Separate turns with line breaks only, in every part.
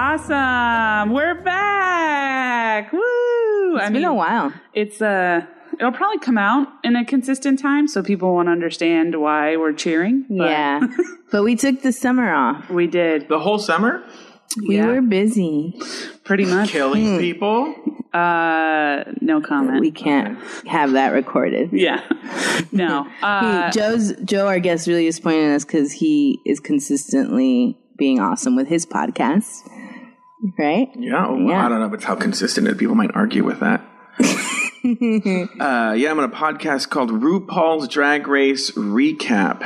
Awesome. We're back. Woo.
It's been a while.
It's uh it'll probably come out in a consistent time so people won't understand why we're cheering. but
Yeah. but we took the summer off.
We did.
The whole summer?
We
Yeah.
were busy.
Pretty much.
Killing people?
Uh no comment.
We can't have that recorded.
yeah. No. Uh
He- Joe's Joe, our guest, really disappointed in us because he is consistently being awesome with his podcast, right?
Yeah, well,
Yeah.
I don't know if it's how consistent it. People might argue with that. uh, yeah, I'm on a podcast called RuPaul's Drag Race Recap.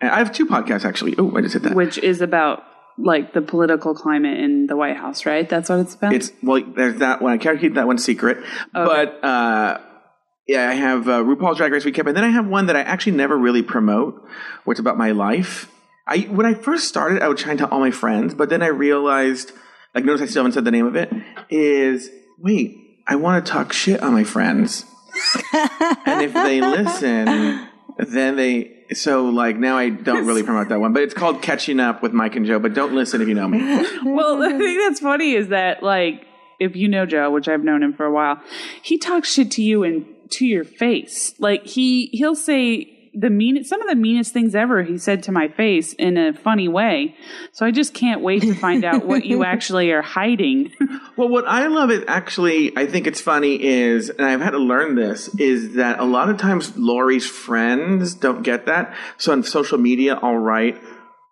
And I have two podcasts actually. Oh, I just hit that.
which is about like the political climate in the White House, right? That's what it's about.
It's well, there's that one. I can't keep that one secret. But uh, yeah, I have uh, RuPaul's Drag Race recap, and then I have one that I actually never really promote, which is about my life. I when I first started, I would try and tell all my friends, but then I realized, like, notice I still haven't said the name of it. Is wait, I want to talk shit on my friends, and if they listen, then they. So like now I don't really promote that one, but it's called Catching Up with Mike and Joe. But don't listen if you know me.
well, the thing that's funny is that like if you know Joe, which I've known him for a while, he talks shit to you and to your face. Like he he'll say the mean some of the meanest things ever he said to my face in a funny way. So I just can't wait to find out what you actually are hiding.
Well, what I love is actually, I think it's funny is, and I've had to learn this, is that a lot of times Lori's friends don't get that. So on social media, I'll write,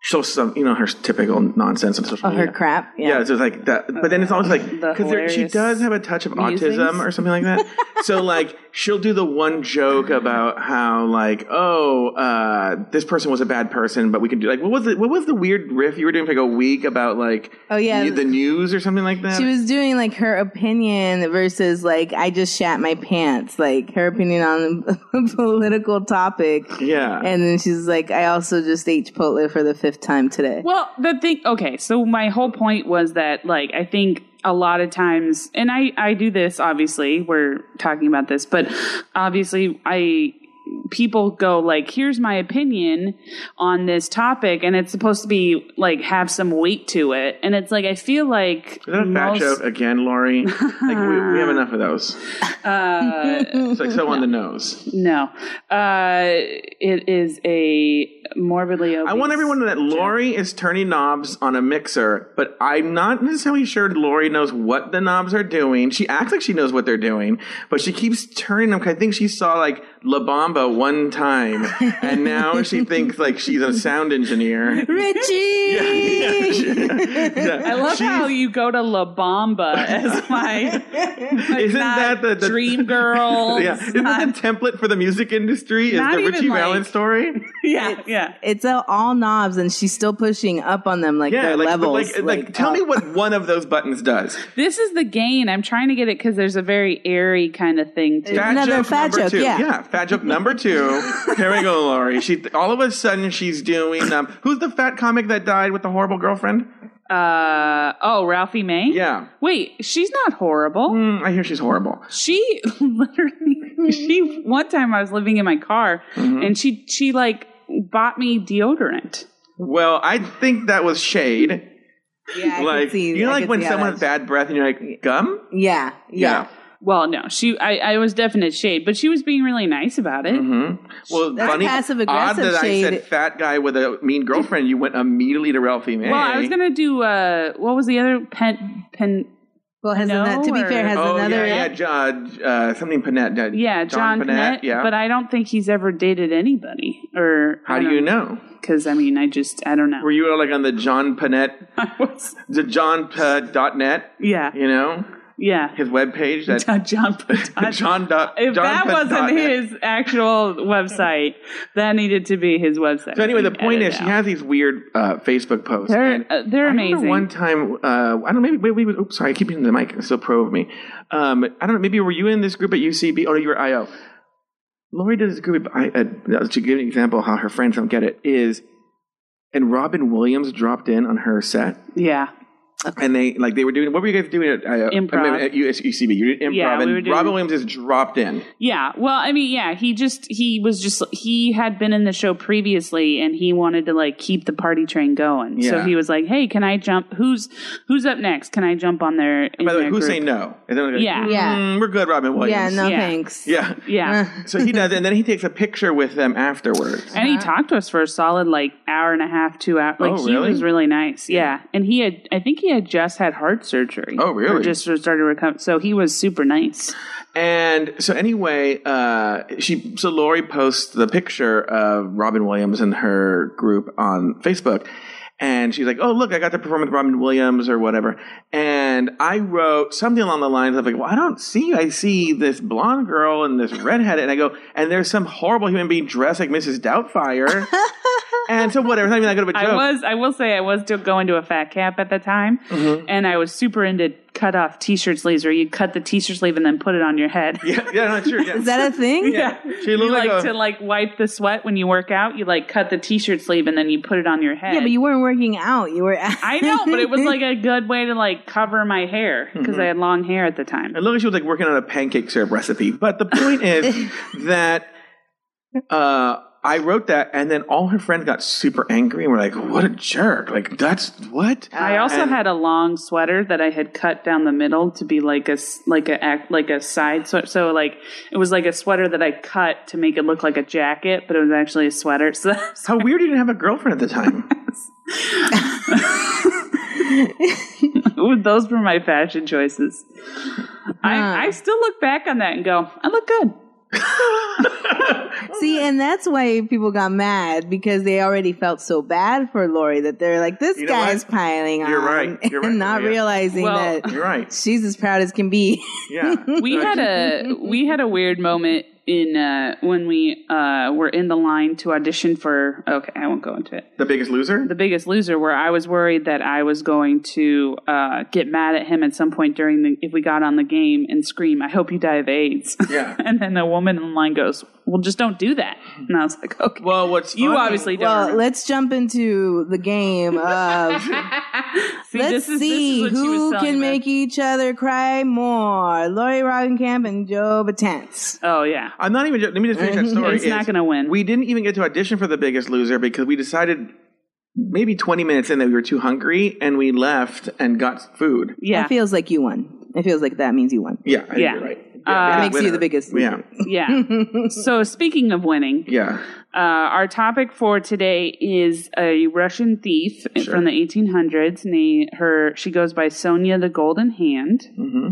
she'll some, you know, her typical nonsense on social
Oh,
media.
her crap.
Yeah, so it's like that, but then it's always like
The
because she
hilarious
does have a touch of
musings.
autism or something like that. so like she'll do the one joke about how like oh uh, this person was a bad person, but we can do like what was it? What was the weird riff you were doing for like a week about like
Oh, yeah.
the news or something like that?
She was doing like her opinion versus like I just shat my pants, like her opinion on a political topic.
yeah,
And then she's like, I also just ate Chipotle for the fifth time today.
Well, the thing, okay, so my whole point was that, like, I think a lot of times, and I, I do this, obviously, we're talking about this, but obviously, I, people go, like, here's my opinion on this topic, and it's supposed to be, like, have some weight to it. And it's like, I feel like.
Is that a fat
most-
joke again, Lori? like we, we have enough of those.
Uh,
it's like so on the nose.
No. Uh, it is a morbidly obese.
I want everyone to know that Lori is turning knobs on a mixer, but I'm not necessarily sure Lori knows what the knobs are doing. She acts like she knows what they're doing, but she keeps turning them. 'cause I think she saw like La Bamba one time, and now she thinks like she's a sound engineer.
Richie!
I love how you go to La Bamba as my, like,
Isn't
not
that the- the-
dream girl?
Yeah, isn't that the template for the music industry? Is
Not
the
even,
Richie
like-
Valens story?
Yeah, yeah.
It's uh, all knobs, and she's still pushing up on them like
Yeah,
their
like, but,
levels. uh,
like, like, tell
up.
me what one of those buttons does.
This is the gain. I'm trying to get it because there's a very airy kind of thing to
Fat
Another
joke
fat
number
joke,
two.
yeah.
fat joke number two. Here we go, Lori. She all of a sudden she's doing. Um, who's the fat comic that died with the horrible girlfriend?
Uh, oh, Ralphie May.
Yeah,
Wait, she's not horrible.
Mm, I hear she's horrible.
She literally. She one time I was living in my car
Mm-hmm.
and she she like bought me deodorant.
Well, I think that was shade.
yeah, I could
Like
see-
you know,
I
like
could
when
see how
someone has
that-
bad breath and you're like gum.
Yeah, yeah.
Well, no, she I I was definite shade, but she was being really nice about it.
Well,
That's
funny. Odd
passive-aggressive
that I
shade.
said fat guy with a mean girlfriend. You went immediately to Ralphie May.
Well, I was gonna do uh, what was the other pen pen?
Well, has
No,
ano- to be
or-
fair, has
Oh
another.
yeah, yeah, uh, uh, something Panette. Uh,
Yeah, John, Panette.
Yeah.
But I don't think he's ever dated anybody. Or
How do you know?
Because I mean, I just I don't know.
Were you like on the John Panette
I was-
the johnpa.net,
yeah,
you know,
yeah.
his webpage. That
John Panette.
John. Dot,
If
John
that
Put dot
wasn't
net.
his actual website, that needed to be his website.
So anyway, the point
Edit
is, she
out.
has these weird uh, Facebook posts.
they're
and
uh, they're
I remember
amazing.
one time, uh, I don't know, maybe, maybe, oops, sorry, I keep hitting the mic, it's so pro of me. Um, I don't know, maybe were you in this group at UCB? Oh, no, you were IO. Lori did this group, I, uh, to give an example of how her friends don't get it, is, and Robin Williams dropped in on her set,
yeah,
And they like they were doing what were you guys doing at uh,
Improv.
I mean, at US, UCB? You did improv,
Yeah, we
and
were doing-
Robin Williams just dropped in.
Yeah. Well, I mean, yeah, he just he was just he had been in the show previously and he wanted to like keep the party train going. So
Yeah.
he was like, "Hey, can I jump who's who's up next? Can I jump on there?"
By the way, who's saying no? And they're like,
Yeah.
Yeah.
"Mm, we're good, Robin
Yeah,
Williams.
no
Yeah.
thanks. Uh,
Yeah.
Eh,
Yeah.
So he does, and then he takes a picture with them afterwards.
And he talked to us for a solid like hour and a half, two hours. Like
Oh,
he
really?
was really nice. Yeah. And he had I think he had just had heart surgery.
Oh, really?
Or just sort of started recover. So he was super nice.
And so anyway, uh, she so Lori posts the picture of Robin Williams and her group on Facebook, and she's like, "Oh, look, I got to perform with Robin Williams or whatever." And I wrote something along the lines of like, "Well, I don't see you. I see this blonde girl and this redhead," and I go, "And there's some horrible human being dressed like Mrs. Doubtfire." and so whatever, it's not even that good of a joke.
I was I will say I was still going to a fat cap at the time
Mm-hmm.
and I was super into cut off t shirt sleeves where you cut the t shirt sleeve and then put it on your head.
yeah, yeah, no, sure, yeah.
Is that a thing?
yeah. She
You
looked
like,
like, a,
to like wipe the sweat when you work out, you like cut the t shirt sleeve and then you put it on your head.
Yeah, but you weren't working out. You were.
I know, but it was like a good way to like cover my hair because I had long hair at the time.
It looked like she was like working on a pancake syrup recipe. But the point is that uh, I wrote that, and then all her friends got super angry and were like, "What a jerk! Like that's what."
I also
And-
had a long sweater that I had cut down the middle to be like a s- like a ac- like a side sweater. So like it was like a sweater that I cut to make it look like a jacket, but it was actually a sweater. So that's
How weird! You didn't have a girlfriend at the time.
those were my fashion choices. I, I still look back on that and go, I look good.
See, and that's why people got mad because they already felt so bad for Lori that they're like, this
You know
guy's
what?
piling on.
You're right. You're right,
And not
Maria.
realizing
Well-
that
You're right.
she's as proud as can be.
Yeah,
we had a we had a weird moment in uh, when we uh, were in the line to audition for. Okay, I won't go into it.
the Biggest Loser.
The Biggest Loser, where I was worried that I was going to uh, get mad at him at some point during the if we got on the game and scream, "I hope you die of AIDS."
Yeah.
and then the woman in line goes, "Well, just don't do that." And I was like, "Okay."
well, what's
you
funny-
obviously don't.
Well,
remember.
Uh, let's jump into the game of
see,
let's
this is- this
see
is what she was
who
telling me.
can make each other cry more. Lori Roggenkamp and Joe Batanz.
Oh yeah.
I'm not even. Let me just finish that story.
It's not
is
gonna win.
We didn't even get to audition for The Biggest Loser because we decided maybe 20 minutes in that we were too hungry and we left and got food.
Yeah,
It feels like you won. It feels like that means you won.
Yeah, I think
Yeah.
you're right.
Uh,
biggest
Makes you
winner.
the biggest
Yeah,
loser.
yeah. so speaking of winning,
yeah.
Uh, our topic for today is a Russian thief from the 1800s. And they, her, she goes by Sonia the Golden Hand.
Mm-hmm.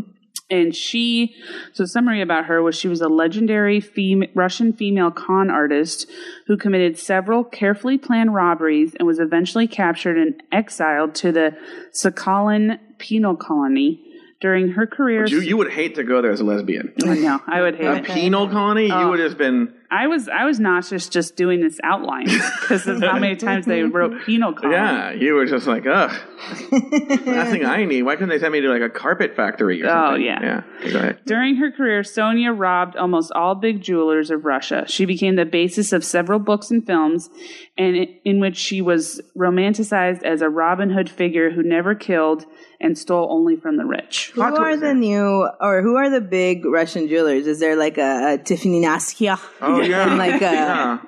And she, so summary about her was she was a legendary fem- Russian female con artist who committed several carefully planned robberies and was eventually captured and exiled to the Sakhalin penal colony. During her career,
You you would hate to go there as a lesbian.
I know, I Oh. would hate
A
it.
penal colony, you would have been.
I was I was nauseous just doing this outline because of how many times they wrote penal colony.
Yeah, you were just like, ugh. Nothing I need. Why couldn't they send me to like a carpet factory or
Oh,
something?
yeah.
Yeah. Go ahead.
During her career, Sonia robbed almost all big jewelers of Russia. She became the basis of several books and films, and in which she was romanticized as a Robin Hood figure who never killed and stole only from the rich.
Who are the new, or who are the big Russian jewelers? Is there like a, a Tiffany Naskia,
Oh, yeah.
uh,
like a
yeah.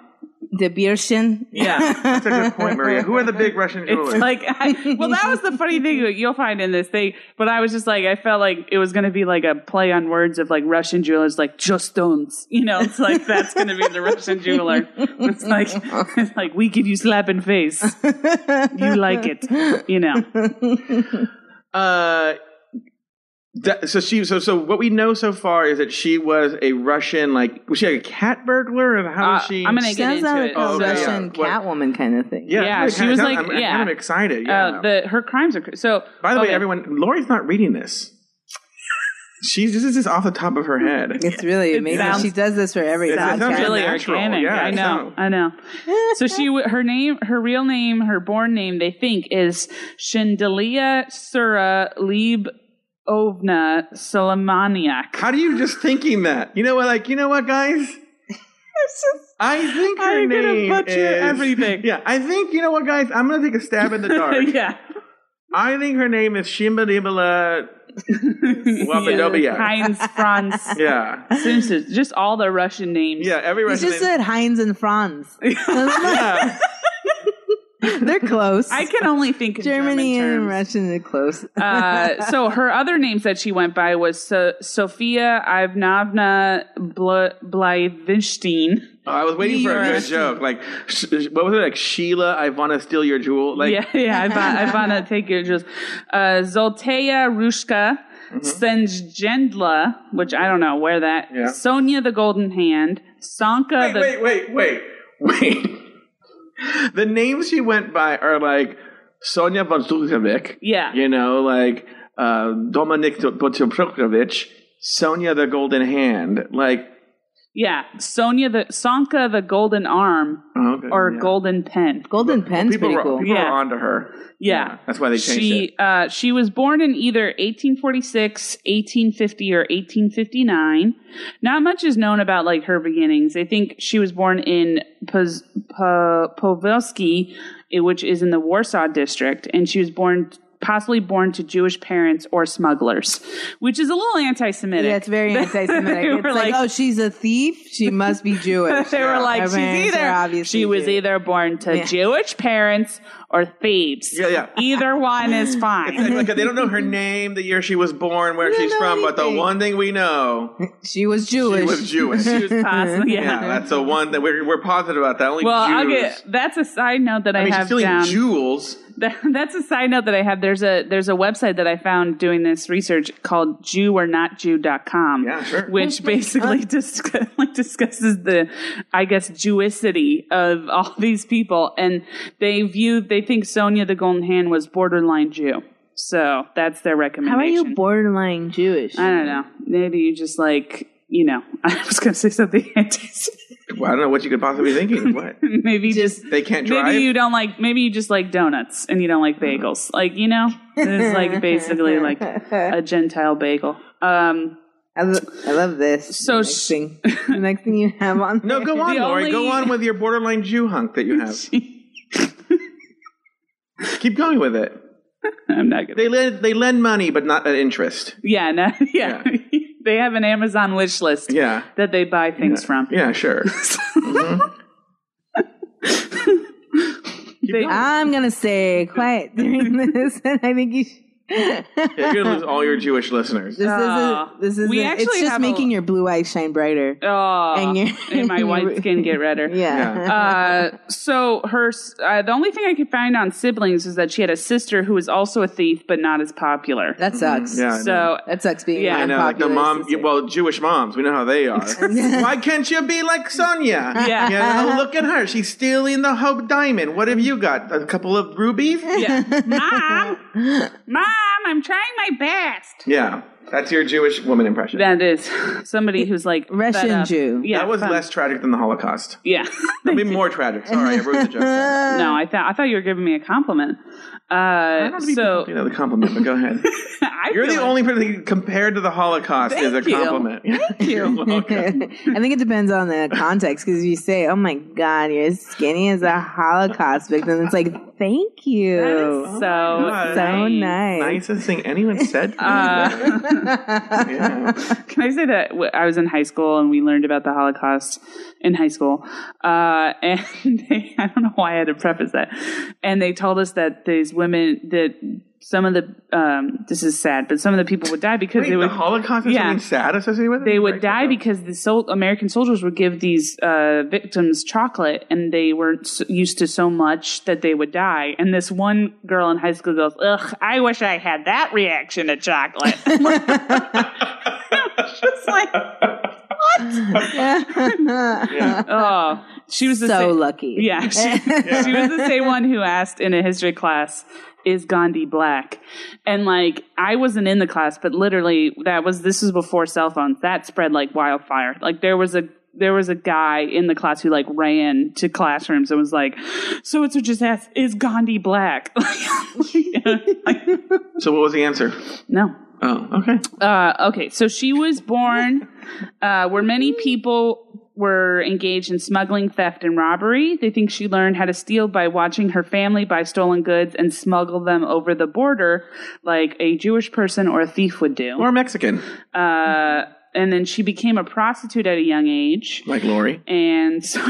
De Birshin?
Yeah. That's a good point, Maria. Who are the big Russian jewelers?
It's like, I, well, that was the funny thing that you'll find in this thing. But I was just like, I felt like it was going to be like a play on words of like Russian jewelers, like just don'ts. You know, it's like that's going to be the Russian jeweler. It's like, it's like we give you slap in face. You like it, you know.
uh, that, so she so so what we know so far is that she was a Russian like was she like a cat burglar or how
Uh,
was she?
I'm gonna get
Sounds
into
like
it.
a
Oh, okay, yeah.
Russian
What-
Catwoman kind of thing.
yeah,
yeah,
I'm
she
kinda-
was
I'm-
like-
I'm,
yeah.
kind of excited. Yeah.
Uh, the her crimes are cr- so.
By the way,
okay.
everyone, Lori's not reading this. She's this is just off the top of her head.
It's really amazing.
sounds-
she does this for every
It sounds
podcast.
really-
really
natural.
organic.
Yeah,
I
it
know,
sounds-
I know. So she, w- her name, her real name, her born name, they think is Shendelia Sura Lieb Ovna Solomoniak.
How do you just thinking that? You know what? Like you know what, guys. I think her
I'm gonna
name
butcher
is
everything.
Yeah, I think you know what, guys. I'm gonna take a stab in the dark.
yeah.
I think her name is Shimbadibala Wapadobia.
Heinz, Franz,
Yeah.
Simpson, just all the Russian names.
Yeah, every
It's
Russian
just
name.
said Heinz and Franz.
yeah.
They're close.
I can only think in
Germany and
German terms.
Russian are close.
uh, so her other names that she went by was so- Sophia Ivanovna Bla- Blavinstein.
Oh, I was waiting for a good
Yes.
joke. Like, sh- sh- what was it? Like, Sheila, I want to steal your jewel. Like,
yeah, yeah, Ivan, Ivana, take your just uh, Zoltaya Rushka, Senjendla, which I don't know where that.
Mm-hmm. Yeah.
Sonia the Golden Hand, Sanka
wait,
the
wait, wait, wait, wait. the names she went by are like Sonia von Stukovic.
Yeah.
You know, like uh, Dominik Botoprokovic, Sonia the Golden Hand. Like,
yeah, Sonia the Sanka the Golden Arm
oh, okay,
or
yeah.
Golden Pen.
Golden Pen's
People
pretty
were,
cool.
people
Yeah.
were onto her.
Yeah.
That's why they changed
she
it.
uh, she was born in either 1846 1850 or 1859 not much is known about like her beginnings i think she was born in Poz- Po- povilsky eh, which is in the warsaw district and she was born possibly born to jewish parents or smugglers which is a little anti-semitic
Yeah, it's very anti-Semitic.
They
it's
were
like,
like-
oh, she's a thief. She must be Jewish.
they were like
Her
she's
parents are
either
obviously
she was
Jew.
either born to
Yeah.
jewish parents or thieves
Yeah, yeah.
either one is fine
Like, like, they don't know her name, the year she was born, where
They don't
she's
know
from, but the
anything.
one thing we know,
She was Jewish.
she was Jewish.
She was possibly, yeah.
yeah, that's the one that we're, we're positive about. That only
Well,
Jews.
I'll get. That's a side note that I,
I mean, she's
have
stealing
down.
jewels.
that's a side note that I have. There's a there's a website that I found doing this research called JewOrNotJew.com.
Yeah, sure.
Which
uh,
basically dis- like discusses the, I guess, Jewicity of all these people, and they view they think Sonia the Golden Hand was borderline Jew. So that's their recommendation.
How are you borderline Jewish?
I don't know. Maybe you just like you know. I was going to say something anti-Semitic.
Well, I don't know what you could possibly be thinking. What?
Maybe just
They can't drive.
Maybe you don't like. Maybe you just like donuts and you don't like bagels. Like you know, it's like basically like a Gentile bagel. Um,
I, lo- I love this.
So
the next
sh-
thing, the next thing you have on.
no, go on,
The
Lori. Go
only-
on with your borderline Jew hunk that you have. Keep going with it.
I'm not gonna.
They lend they lend money, but not at interest.
yeah, no, yeah. they have an Amazon wish list
Yeah,
that they buy things from.
yeah, sure. Mm-hmm.
They-
I'm gonna stay quiet during this, and I think you. Should.
Yeah, you're gonna lose all your Jewish listeners.
This
Uh,
isn't. This isn't.
we
it's
actually
just
have a-
making your blue eyes shine brighter.
oh,
And
and,
you-
my white skin get redder.
Yeah.
Uh, so her s- uh, the only thing I could find on siblings is that she had a sister who was also a thief, but not as popular.
that sucks.
Yeah, I know.
so
That sucks being
Yeah,
yeah,
I know, like the mom.
sister.
Well, Jewish moms, we know how they are. Why can't you be like Sonia?
Yeah.
You know, oh, look at her. She's stealing the Hope Diamond. What have you got? A couple of rubies?
yeah, mom, mom, I'm trying my best.
Yeah, that's your Jewish woman impression.
That is somebody who's like fed
Russian
up.
Jew.
Yeah,
that was
fed-
less tragic than the Holocaust.
Yeah,
I mean, more tragic. Sorry, I ruined the joke. there.
no, I thought I thought you were giving me a compliment. Uh, so
You know, the compliment, but go ahead.
I
You're
feel
the
like-
only person compared to the Holocaust is a
Thank you.
compliment. Thank
I think it depends on the context because if you say, "Oh my God, you're as skinny as a Holocaust victim," it's like, "Thank you, Oh,
That is so
Oh God.
so nice."
Nicest thing anyone said. to me.
Uh,
yeah.
Can I say that w- I was in high school and we learned about the Holocaust in high school? Uh, and they, I don't know why I had to preface that. And they told us that these women, that some of the, um, this is sad, but some of the people would die because
Wait,
they would.
the Holocaust is
yeah.
something sad associated with it.
they would
Right.
die because the sol- American soldiers would give these uh, victims chocolate, and they weren't s- used to so much that they would die. And this one girl in high school goes, "Ugh, I wish I had that reaction to chocolate." It's like, oh, she was the
so
same-
lucky.
Yeah, she, she was the same one who asked in a history class, "Is Gandhi black?" And like, I wasn't in the class, but literally, that was this was before cell phones. That spread like wildfire. Like there was a there was a guy in the class who like ran to classrooms and was like, "So and so just asked, is Gandhi black?" Like,
So, what was the answer?
no.
Oh, okay.
Uh, okay, so she was born uh, where many people were engaged in smuggling, theft, and robbery. They think she learned how to steal by watching her family buy stolen goods and smuggle them over the border like a Jewish person or a thief would do.
Or Mexican,
uh, and then she became a prostitute at a young age.
like Lori.
And so,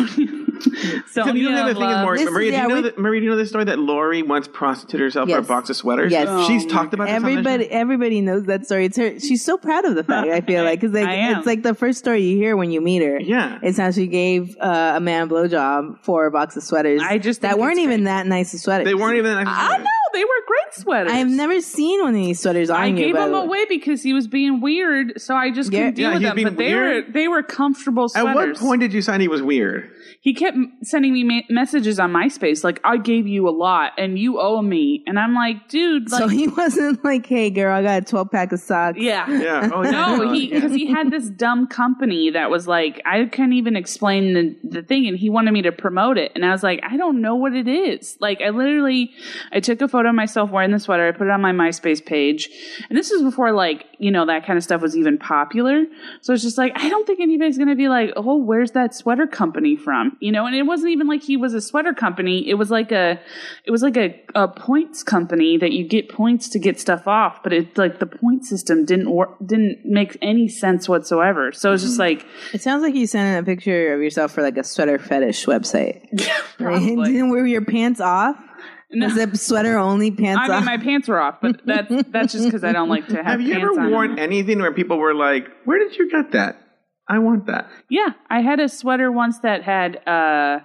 so
You know, the
Sonia
thing is,
loved-
Maria,
This is-
Maria, do
yeah,
you know
we-
that, Maria, do you know the story that Lori once prostituted herself for a
Yes.
box of sweaters?
Yes. Oh
She's
my
talked about this on this show.
Everybody, everybody knows that story. It's her. She's so proud of the fact. I feel like because like
I am.
it's like the first story you hear when you meet her.
Yeah.
it's how she gave uh, a man a blowjob for a box of sweaters.
I just
that
think
weren't
it's
even
great.
that nice of sweaters.
They weren't even.
I know they were great sweaters.
I have never seen one of these sweaters on
I
you.
gave
by
them
the way.
away because he was being weird, so I just
Yeah.
couldn't deal
Yeah,
with
he's
them.
being
But they
weird.
were they were comfortable sweaters.
At what point did you sign he was weird?
he kept m- sending me ma- messages on MySpace like I gave you a lot and you owe me, and I'm like, dude, like,
so he wasn't like, "Hey, girl, I got a twelve pack of socks."
yeah,
Yeah. Oh, yeah.
No,
Oh,
he
yeah.
because he had this dumb company that was like I couldn't even explain the, the thing, and he wanted me to promote it, and I was like, I don't know what it is. Like I literally, I took a photo of myself wearing the sweater, I put it on my MySpace page, and this was before like you know that kind of stuff was even popular. So it's just like I don't think anybody's gonna be like, oh, where's that sweater company from? You know, and it wasn't even like he was a sweater company. It was like a, it was like a, a points company that you get points to get stuff off, but it's like the point system didn't work, didn't make any sense whatsoever. So it's just like
It sounds like you sent in a picture of yourself for like a sweater fetish website.
probably.
Didn't wear your pants off.
No.
Was it sweater only pants
I mean,
off?
my pants were off, but that's that's just because I don't like to have.
Have you
pants
ever
on.
worn anything where people were like, "Where did you get that? I want that."
Yeah, I had a sweater once that had. uh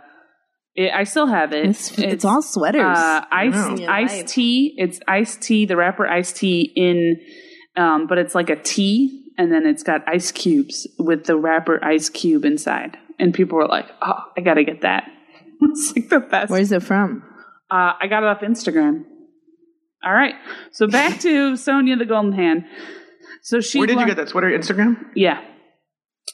it, I still have it.
it's, it's, all sweaters.
uh,
know.
iced
Yeah, life.
iced tea. It's iced tea. The wrapper iced tea in, um, but it's like a tea, and then it's got ice cubes with the wrapper ice cube inside. And people were like, "Oh, I gotta get that." it's like the best.
Where's it from?
Uh, I got it off Instagram. All right, so back to Sonia the Golden Hand. So she.
Where did you
learned-
get that sweater? Instagram.
yeah.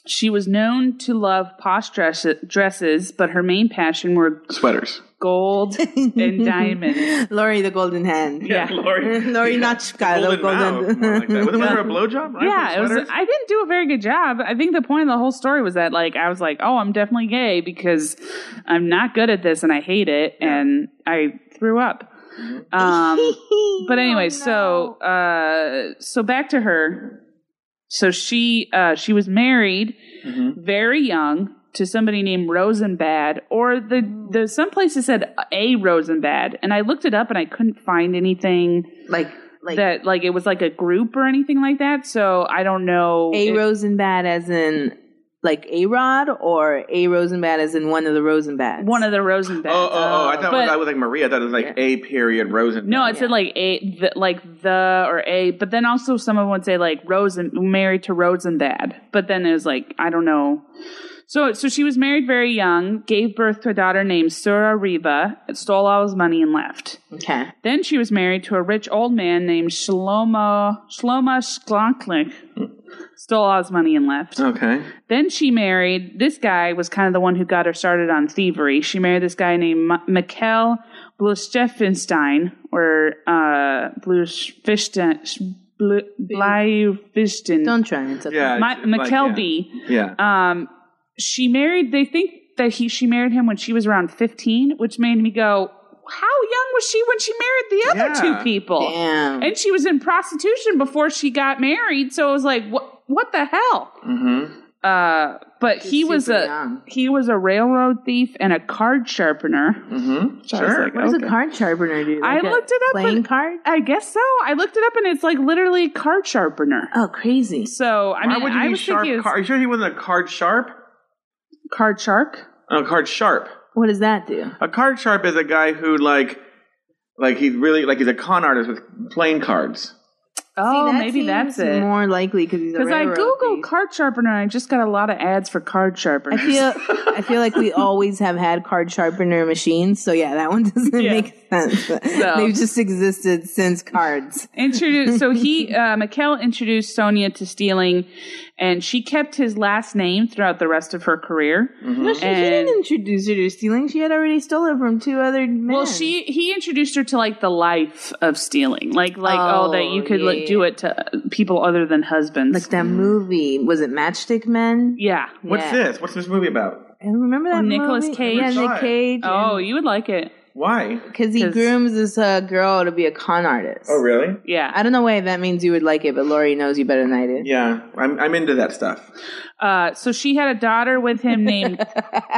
She was known to love posh dress- dresses, but her main passion were
Sweaters.
gold and diamonds.
Lori the Golden Hand.
Yeah.
Lori.
Lori Nachka, the
Golden Mouth, more like that. Wasn't
golden.
there a blowjob? Right?
Yeah, it
with
was,
sweaters?
I didn't do a very good job. I think the point of the whole story was that, like, I was like, oh, I'm definitely gay because I'm not good at this and I hate it. And I threw up. Um, but
Oh,
anyway, so uh, so back to her. So she uh, she was married
Mm-hmm.
very young to somebody named Rosenbad, or the the some places said a Rosenbad, and I looked it up and I couldn't find anything
like like
that like it was like a group or anything like that. So I don't know.
a
if-
Rosenbad as in like a Rod or a Rosenbad as in one of the Rosenbads.
one of the Rosenbads.
Oh, oh, oh! I thought it
But-
was, I was like Maria. I thought it was like a period Rosen.
No, it said like a the, like the or a, but then also someone would say like Rosen married to Rosenbad, but then it was like I don't know. So so she was married very young, gave birth to a daughter named Sura Reba, stole all his money and left.
okay.
Then she was married to a rich old man named Shlomo Shlomo Shklanklik, stole all his money and left.
Okay.
Then she married this guy was kind of the one who got her started on thievery. She married this guy named M- Mikhail Blushfenstein or uh Blushfisten Blyfisten.
Don't try. It's okay.
Yeah.
My,
like,
Mikhail
yeah.
B.
Yeah.
Um she married they think that he she married him when she was around 15, which made me go, how young was she when she married the other
Yeah.
two people?
Damn.
And she was in prostitution before she got married, so it was like what what the hell?
mm-hmm.
Uh, but he was
super
a
young.
he was a railroad thief and a card sharpener.
Mm-hmm.
I was
Sure.
like,
what does
okay.
a card sharpener do?
I
Like a
looked it up,
Playing
and-
card.
I guess so. I looked it up and it's like literally card sharpener.
Oh, crazy.
So I
Why
mean,
would you
I
be
was
sharp?
thinking it was
Car- Are you sure he wasn't a card sharp?
card shark.
A card sharp.
What does that do?
A card sharp is a guy who like, like he's really like he's a con artist with playing cards.
Oh,
See, that
maybe that's
seems
it.
More likely because he's a
Because I
railroad
googled
thief.
card sharpener and I just got a lot of ads for card
I
sharpeners.
feel I feel like we always have had card sharpener machines, so yeah, that one doesn't
Yeah.
make sense. They've just existed since cards.
introduced so he uh Mikkel introduced Sonia to stealing and she kept his last name throughout the rest of her career.
No, she, she
And-
didn't introduce her to stealing. She had already stolen from two other men.
Well, she he introduced her to like the life of stealing, like like oh,
Oh,
that you could
yeah,
like, would do it to people other than husbands.
Like that movie, was it Matchstick Men?
yeah.
What's
Yeah.
this? What's this movie about?
I remember that
Oh, Nicolas
movie?
Cage.
Yeah,
Never saw
Nick
it.
Cage.
Oh, you would like it.
Why?
because he
'cause-
grooms this uh, girl to be a con artist.
Oh, really?
Yeah.
I don't know why that means you would like it, but Lori knows you better than I do.
Yeah, I'm I'm into that stuff.
Uh, so she had a daughter with him named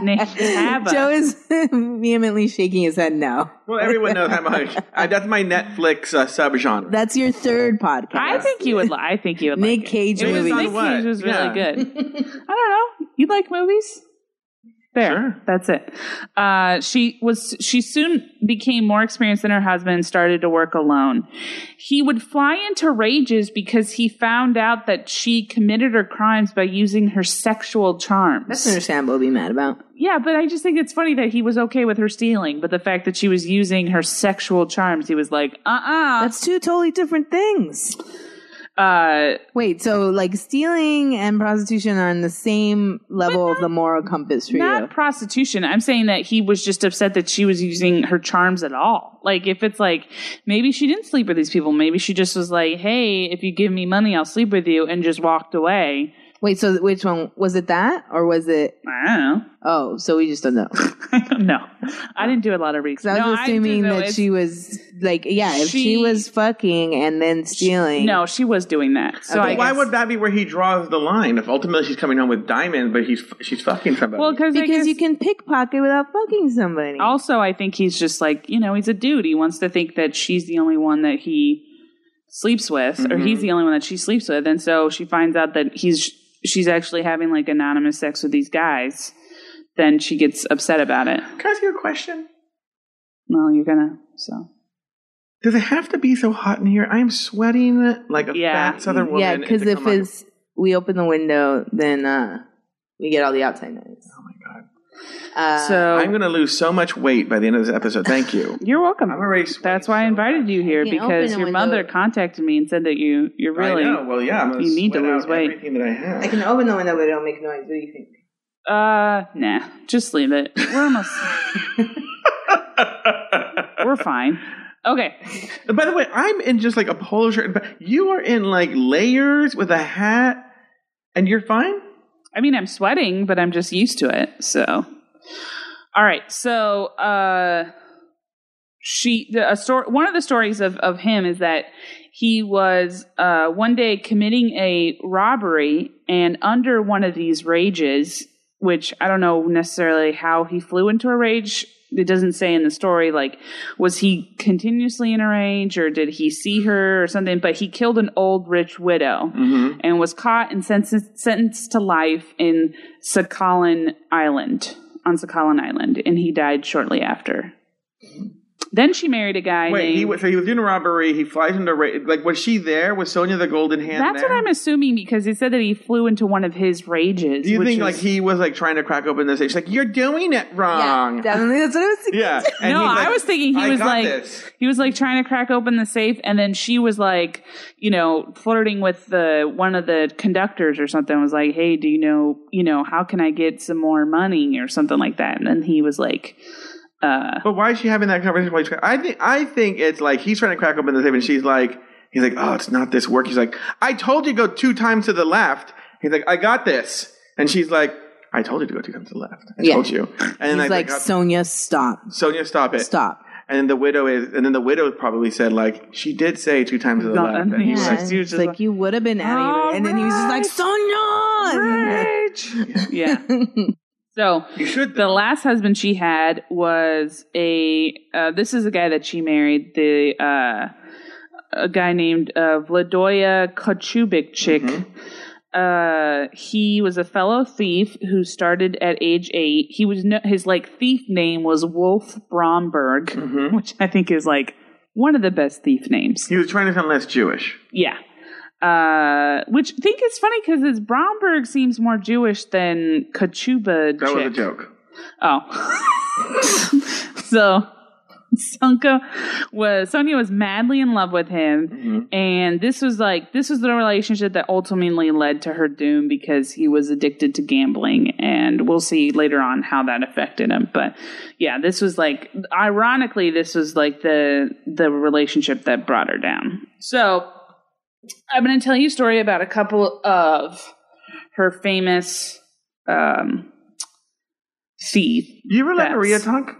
named Tava.
Joe is vehemently shaking his head no.
Well, everyone knows how much. I, that's my Netflix uh, subgenre.
That's your third podcast.
I think you would. Li- I think you would.
Nick
like it.
Cage
It was-
movie.
Nick
On what?
Cage was
Yeah.
really good. I don't know. You like movies? There,
Sure.
that's it. Uh, she was. She soon became more experienced than her husband and started to work alone. He would fly into rages because he found out that she committed her crimes by using her sexual charms.
That's understandable to be mad about.
yeah, but I just think it's funny that he was okay with her stealing, but the fact that she was using her sexual charms, he was like, uh uh
That's two totally different things.
Uh,
Wait, so like stealing and prostitution are on the same level of the moral compass for
not
you.
prostitution. I'm saying that he was just upset that she was using her charms at all. Like, if it's like, maybe she didn't sleep with these people. Maybe she just was like, hey, if you give me money, I'll sleep with you, and just walked away.
Wait, so which one was it that or was it
I don't know.
Oh, so we just don't know. Because
I don't know. I didn't do a lot of research.
I
No,
was
I
assuming
do know
that
it's-
she was like, yeah, if she,
She-
was fucking and then stealing,
No, she was doing that. So
Okay.
I
Why
guess-
would that be where he draws the line? If ultimately she's coming home with diamond, but he's she's fucking somebody.
Well, cause I
because
guess-
you can pickpocket without fucking somebody.
Also, I think he's just like, you know, he's a dude. He wants to think that she's the only one that he sleeps with, or
Mm-hmm.
he's the only one that she sleeps with. And so she finds out that he's she's actually having like anonymous sex with these guys. Then she gets upset about it.
Can I ask you a question?
Well, you're gonna so
Does it have to be so hot in here? I am sweating like a
Yeah.
fat southern woman.
yeah, because
to
if
come on-
it's we open the window, then uh, we get all the outside noise.
oh my god,
Uh,
so
I'm going to lose so much weight by the end of this episode. Thank you.
you're welcome.
I'm already. Sweating
That's why I
so
invited you here
I can't
because
open a
your
window.
mother contacted me and said that you you're
much.
really
I know. Well, yeah. I'm gonna
You need to
sweat
lose
out
weight.
Everything that I have.
I can open the window, but it'll make noise. What do you think?
uh nah just leave it. We're almost we're fine. Okay.
And By the way, I'm in just like a polo shirt. But you are in like layers with a hat, and you're fine.
I mean, I'm sweating, but I'm just used to it. So, all right. So, uh, she the a story. One of the stories of of him is that he was uh, one day committing a robbery, and under one of these rages, which I don't know necessarily how he flew into a rage. It doesn't say in the story, like, was he continuously in a rage or did he see her or something? But he killed an old rich widow
Mm-hmm.
and was caught and sentenced, sentenced to life in Sakhalin Island, on Sakhalin Island, and he died shortly after. Then she married a guy
Wait,
named.
he was, so he was doing a robbery. He flies into ra- like was she there? Was Sonia the Golden Hand?
that's
there?
what I'm assuming because he said that he flew into one of his rages.
Do you
which
think
is-
like he was like trying to crack open this? She's like, "You're doing it wrong."
Yeah, definitely. That's what I was thinking.
Yeah. And
No,
he's like,
I was thinking he
"I
was
got
like
this."
he was like trying to crack open the safe, and then she was like, you know, flirting with the one of the conductors or something. Was like, hey, do you know, you know, how can I get some more money or something like that? And then he was like, uh,
But why is she having that conversation? While he's crack- I think I think it's like he's trying to crack open the safe, and she's like, he's like, "Oh, it's not this work." He's like, "I told you to go two times to the left." He's like, "I got this," and she's like, "I told you to go two times to the left. I
Yeah.
told you." And then I
He's like,
think, uh,
Sonia, stop,
Sonia, stop it.
stop.
And then the widow is, and then the widow probably said like, she did say two times to the
Don't-
left, and he was
Yeah.
like,
It's
he was just
like,
like,
you would have been out of here. And then he was just like,
"Alright.
Sonia!
yeah. So
"You should."
the last husband she had was a. Uh, this is the guy that she married. The uh, a guy named uh, Vladoya Kochubik chick.
Mm-hmm.
Uh, he was a fellow thief who started at age eight. He was no, his like thief name was Wolf Bromberg,
Mm-hmm.
which I think is like one of the best thief names.
He was trying to sound less Jewish.
Yeah. Uh, which I think is funny because it's Bromberg seems more Jewish than Kachuba.
That was a
chick.
joke.
Oh. so Sonka was Sonia was madly in love with him, and this was like this was the relationship that ultimately led to her doom because he was addicted to gambling, and we'll see later on how that affected him. But yeah, this was like ironically, this was like the the relationship that brought her down. So I'm going to tell you a story about a couple of her famous um, thief.
Do you ever let
That's-
Maria talk?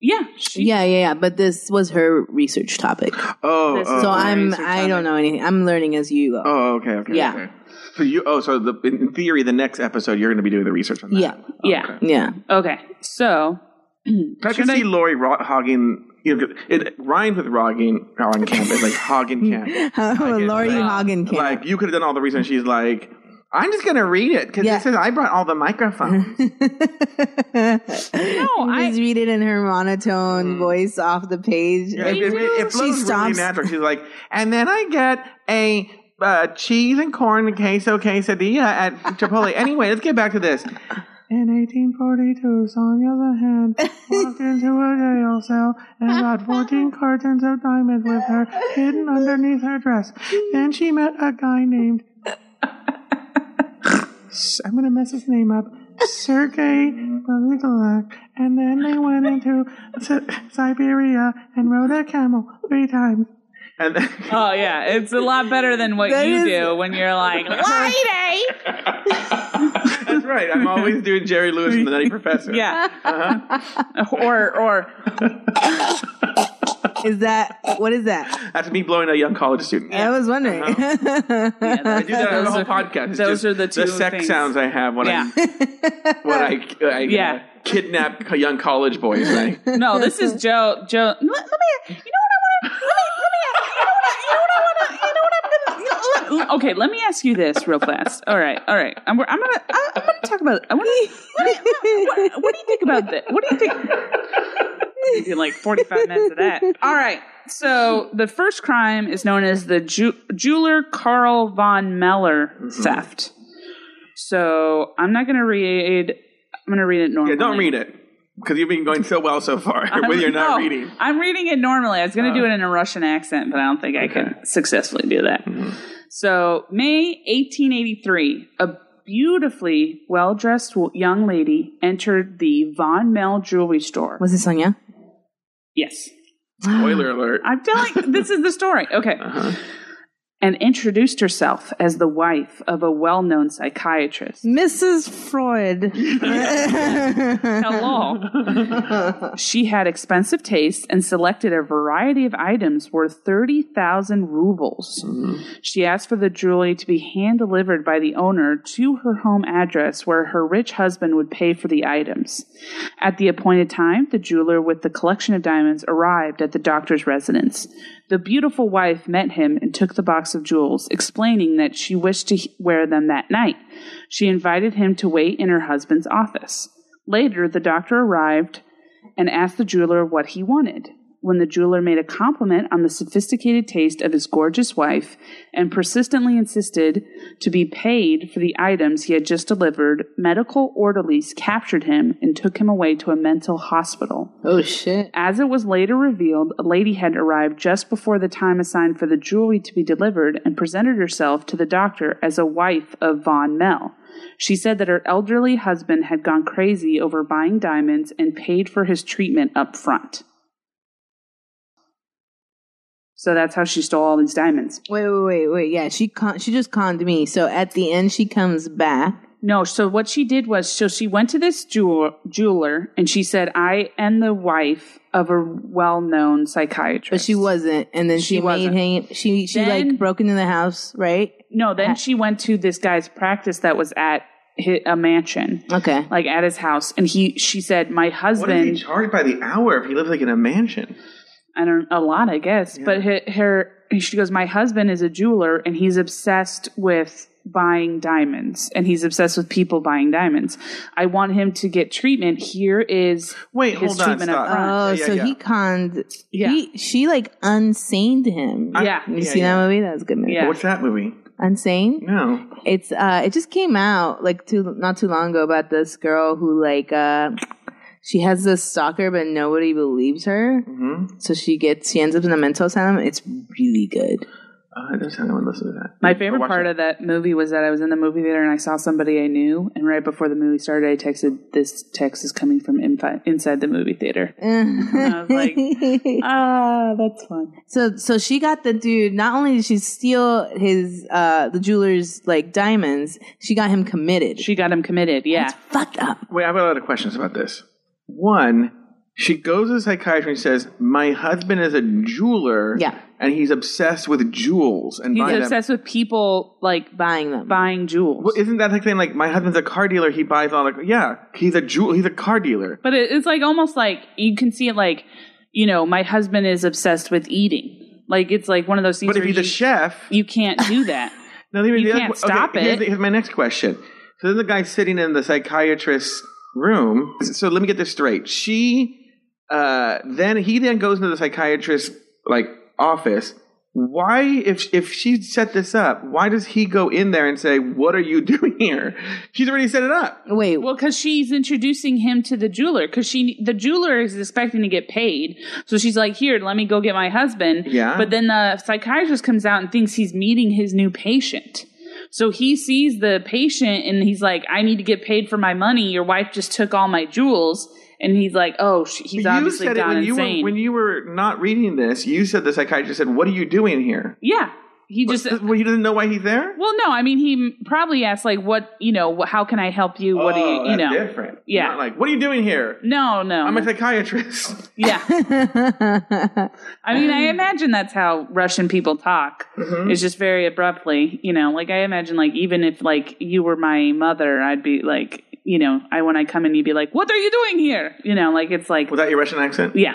Yeah, she,
yeah, yeah, yeah. But this was her research topic,
Oh,
This
oh,
is
so
her
I'm
research
I don't
topic.
know anything. I'm learning as you go.
Oh, okay, okay.
Yeah.
Okay. So you oh so the in theory the next episode you're going to be doing the research on that.
Yeah.
Oh,
Yeah.
okay.
Yeah,
Okay, so
I can
Should I-
see Lori ro- hogging. You know, 'cause it rhymes with rogging on camp. It's like hogging camp.
Laurie
like-
Hagen can.
Like you could have done all the research. She's like, I'm just gonna read it because
Yeah.
it says I brought all the microphones.
no,
I-
just read it in her monotone voice off the page.
Mm. Yeah, it, it, it, it
She
flows really
stomps.
natural. She's like, and then I get a uh, cheese and corn queso quesadilla at Chipotle. anyway, let's get back to this. In 1842, Sonia the Hand walked into a jail cell and got 14 cartons of diamonds with her hidden underneath her dress. Then she met a guy named. I'm going to mess his name up. Sergei Beligalak. And then they went into Si- Siberia and rode a camel three times. And then,
oh yeah, it's a lot better than what
That
you
is-
do when you're like, Friday.
that's right. I'm always doing Jerry Lewis and the Nutty Professor.
Yeah. or or
Is that what is that?
That's me blowing a young college student.
I was wondering.
I do that on the
Those
whole
are-
podcast. It's
those
just
are the two
sex
things.
sounds I have when
yeah.
I when I, I
Yeah.
uh, kidnap young college boys. And I,
No, this is Joe. Joe, let, let me. You know what I want. Let me. Let me. You know what I. You know what I. You know what I. You know what I'm gonna. you know what- Okay, let me ask you this real fast. All right. All right. I'm. I'm gonna. I'm gonna talk about. I want. What, what do you think about that? What do you think? We did like 45 minutes of that. All right. So the first crime is known as the ju- jeweler Carl von Meller theft. So I'm not going to read. I'm going to read it normally.
yeah, don't read it because you've been going so well so far
I'm-
when you're
no,
not reading. Oh.
I'm reading it normally. I was going to do it in a Russian accent, but I don't think I could successfully do that.
Mm-hmm.
So, May 1883, a beautifully well dressed young lady entered the Von Mell jewelry store.
was it Sonia?
yes.
Spoiler alert. Uh-huh.
I'm telling this is the story. Okay. And introduced herself as the wife of a well known psychiatrist.
Mrs. Freud.
Hello. she had expensive taste and selected a variety of items worth 30,000 rubles. She asked for the jewelry to be hand delivered by the owner to her home address where her rich husband would pay for the items. At the appointed time, the jeweler with the collection of diamonds arrived at the doctor's residence. The beautiful wife met him and took the box of jewels, explaining that she wished to wear them that night. She invited him to wait in her husband's office. Later, the doctor arrived and asked the jeweler what he wanted. When the jeweler made a compliment on the sophisticated taste of his gorgeous wife and persistently insisted to be paid for the items he had just delivered, medical orderlies captured him and took him away to a mental hospital.
oh shit.
As it was later revealed, a lady had arrived just before the time assigned for the jewelry to be delivered and presented herself to the doctor as a wife of Von Mell. She said that her elderly husband had gone crazy over buying diamonds and paid for his treatment up front. So that's how she stole all these diamonds.
Wait, wait, wait, wait. Yeah, she con- she just conned me. So at the end, she comes back.
No, so what she did was so she went to this jewel- jeweler and she said, I am the wife of a well known psychiatrist.
But she wasn't, and then
She
she, made
wasn't.
him. She she
Then-
like broke into the house, right?
No, then she went to this guy's practice that was at hi a mansion,
Okay.
like at his house, and he she said, "My
What is he
husband,
charged by the hour if he lives like in a mansion?
I don't a lot, I guess, but her, her she goes, my husband is a jeweler, and he's obsessed with." Buying diamonds, and he's obsessed with people buying diamonds. I want him to get treatment. Here is
Wait,
his
hold on,
treatment uh, up
stop.
front.
Oh,
Yeah, yeah,
so
yeah.
he conned.
Yeah.
He, she like unsaned him.
yeah,
You
Yeah,
see
yeah.
that movie? That was a good movie.
Yeah.
What's that movie?
Unsane.
No.
It's uh, it just came out like too not too long ago about this girl who like uh, she has this stalker but nobody believes her,
hmm
Mm-hmm.
so she gets she ends up in a mental asylum. It's really good.
Oh, there's how anyone listen to that.
My
Or
favorite
watch
part
that.
of that movie was that I was in the movie theater and I saw somebody I knew, and right before the movie started, I texted, "This text is coming from infi- inside the movie theater."
Eh.
I was like, Ah, that's fun.
so so she got the dude. Not only did she steal his uh the jeweler's like diamonds, she got him committed.
She got him committed. Yeah,
fucked up.
Wait, I've got a lot of questions about this. One, she goes to the psychiatrist and says, "My husband is a jeweler,
Yeah.
and he's obsessed with jewels and
he's
buying them."
obsessed with people like bu-
Buying them.
buying jewels.
Well, isn't that like saying like my husband's a car dealer? He buys all the yeah. He's a jewel. He's a car dealer.
but it, it's like almost like you can see it like you know, my husband is obsessed with eating. Like it's like one of those things.
But if
where
he's
you,
a chef,
you can't do that.
No, even
You
the other
can't
que- okay,
stop
Here's,
it.
the- here's my next question. So then the guy sitting in the psychiatrist's room. So let me get this straight. She uh, then he then goes into the psychiatrist's like office. Why, if if she set this up, why does he go in there and say, "What are you doing here?" She's already set it up.
Wait,
Well, because she's introducing him to the jeweler, because she the jeweler is expecting to get paid, so she's like, "Here, let me go get my husband."
Yeah.
But then the psychiatrist comes out and thinks he's meeting his new patient, so he sees the patient and he's like, "I need to get paid for my money. Your wife just took all my jewels," and he's like, "Oh, sh- he's obviously
said it
gone
when you
insane."
were when you were not reading this. You said the psychiatrist said, "What are you doing here?"
yeah, he just.
well, he doesn't know why he's there.
well, no, I mean, he m- probably asked like, "What you know? wh- How can I help you? What do
Oh,
you you know?"
that's different.
Yeah.
Not like, what are you doing here?
No, no,
I'm a psychiatrist.
yeah. I mean,
Mm-hmm.
I imagine that's how Russian people talk. It's just very abruptly, you know. Like I imagine, like even if like you were my mother, I'd be like, you know, I when I come in, you'd be like, "What are you doing here?" You know, like it's like,
Was that your Russian accent?
yeah,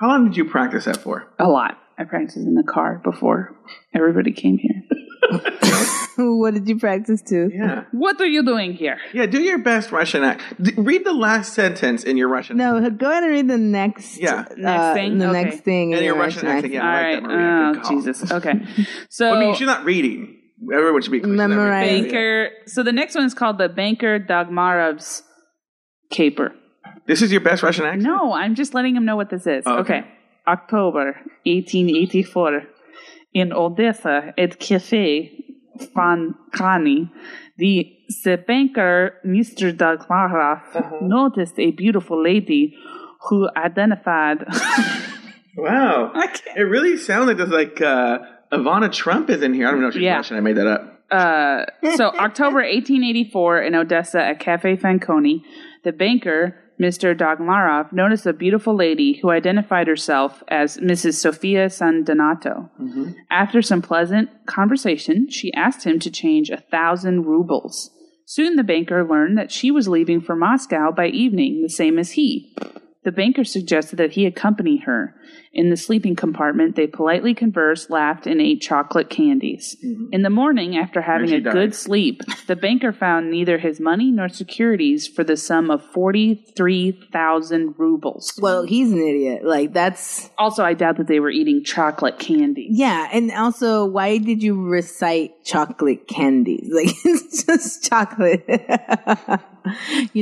How long did you practice that for?
a lot. I practiced in the car before everybody came here.
what did you practice to?
Yeah.
What are you doing here?
Yeah, do your best Russian accent. D- read the last sentence in your Russian
No, go ahead and read the next. uh,
Yeah.
Next thing?
The
Okay.
next thing.
And
in
your
the
Russian accent, yeah.
All
I
right,
like that, Maria. Good
oh
call.
Jesus, okay. So
I mean, she's not reading. Everyone should be clear.
Memorize.
banker. So the next one is called the Banker Dagmarov's Caper.
This is your best Russian accent?
No, I'm just letting him know what this is.
Oh,
okay.
okay.
October 1884 in Odessa at Cafe Van Kani, the, the banker Mr. Dagmarov
Uh-huh.
noticed a beautiful lady who identified
Wow. It really sounds like there's like uh, Ivana Trump is in here. I don't know if she's
Yeah.
Russian. I made that up.
Uh, so October 1884 in Odessa at Cafe Fanconi, the banker, Mr. Dogmarov, noticed a beautiful lady who identified herself as Mrs. Sofia San Donato.
Mm-hmm.
After some pleasant conversation, she asked him to change a thousand rubles. Soon the banker learned that she was leaving for Moscow by evening, the same as he. The banker suggested that he accompany her. In the sleeping compartment, they politely conversed, laughed, and ate chocolate candies. In the morning, after having
Mm-hmm. she
a
died.
good sleep, the banker found neither his money nor securities for the sum of 43,000 rubles.
Well, he's an idiot. Like that's
Also, I doubt that they were eating chocolate candy.
yeah. And also, why did you recite chocolate candies? Like it's just chocolate. you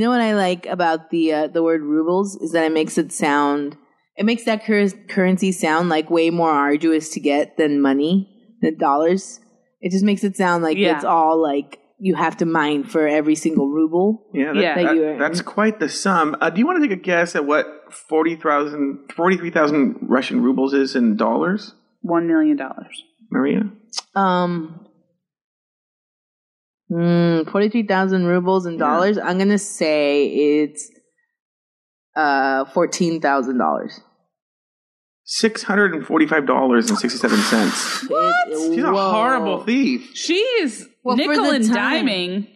know what I like about the uh, the word rubles is that it makes it sound. It makes that cur- currency sound like way more arduous to get than money, than dollars. It just makes it sound like
Yeah.
it's all like you have to mine for every single ruble.
Yeah,
Yeah.
That you were in.
that's quite the sum. Uh, do you want to take a guess at what 40,000 43,000 Russian rubles is in dollars,
$1 million.
Maria?
Um, mm, 43,000 rubles in dollars. I'm going to say it's uh $14,000.
$645.67.
What?
She's a horrible thief.
She is
Well, for
nickel
the
and
time.
diming.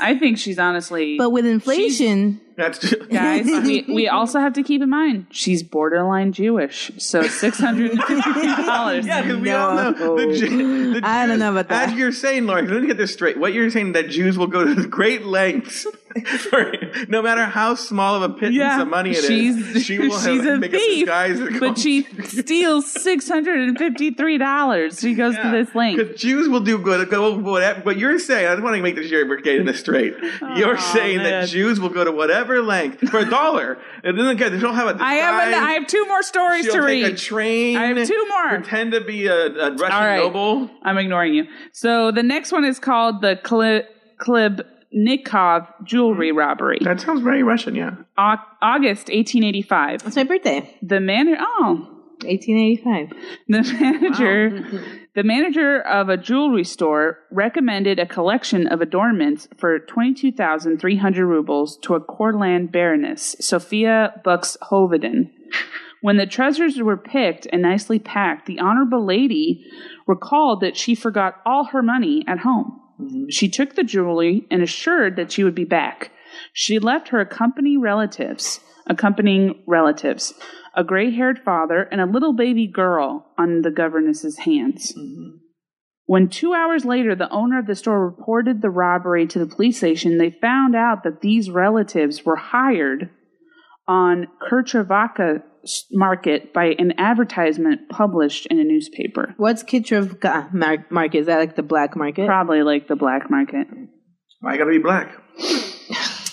I think she's honestly.
But with inflation,
That's just,
guys, we, we also have to keep in mind she's borderline Jewish. So six hundred and fifty dollars.
yeah, because we all know the, Ju- the
I don't know about that.
As you're saying, Laurie, let me get this straight. What you're saying that Jews will go to great lengths, for, no matter how small of a pittance
Yeah,
of money it is,
she's-
she will
she's
have,
a
make
thief,
up disguise and
But she steals six hundred and fifty-three dollars. She goes to this link.
Because Jews will do good. Go whatever. What you're saying, I just want to make sure we're getting this straight. you're saying
man.
that Jews will go to whatever whatever length for a dollar. And then again, they'll have a.
I have an,
guy-
I have two more stories
she'll
to
take
read.
a train.
I have two more.
Pretend to be a, a Russian
All right.
noble.
I'm ignoring you. So the next one is called the Kli- Klibnikov jewelry robbery.
That sounds very Russian, yeah.
Au- August 1885.
It's my birthday,
The man oh
1885.
The manager, the manager of a jewelry store, recommended a collection of adornments for twenty-two thousand three hundred rubles to a Courland baroness, Sophia Bucks Hoveden. When the treasures were picked and nicely packed, the honorable lady recalled that she forgot all her money at home. She took the jewelry and assured that she would be back. She left her accompanying relatives, accompanying relatives, a gray-haired father and a little baby girl on the governess's hands. When two hours later the owner of the store reported the robbery to the police station, they found out that these relatives were hired on Kerchevaka s- Market by an advertisement published in a newspaper.
What's Kitrovka mar- market? Is that like the black market?
Probably like the black market.
I gotta be black.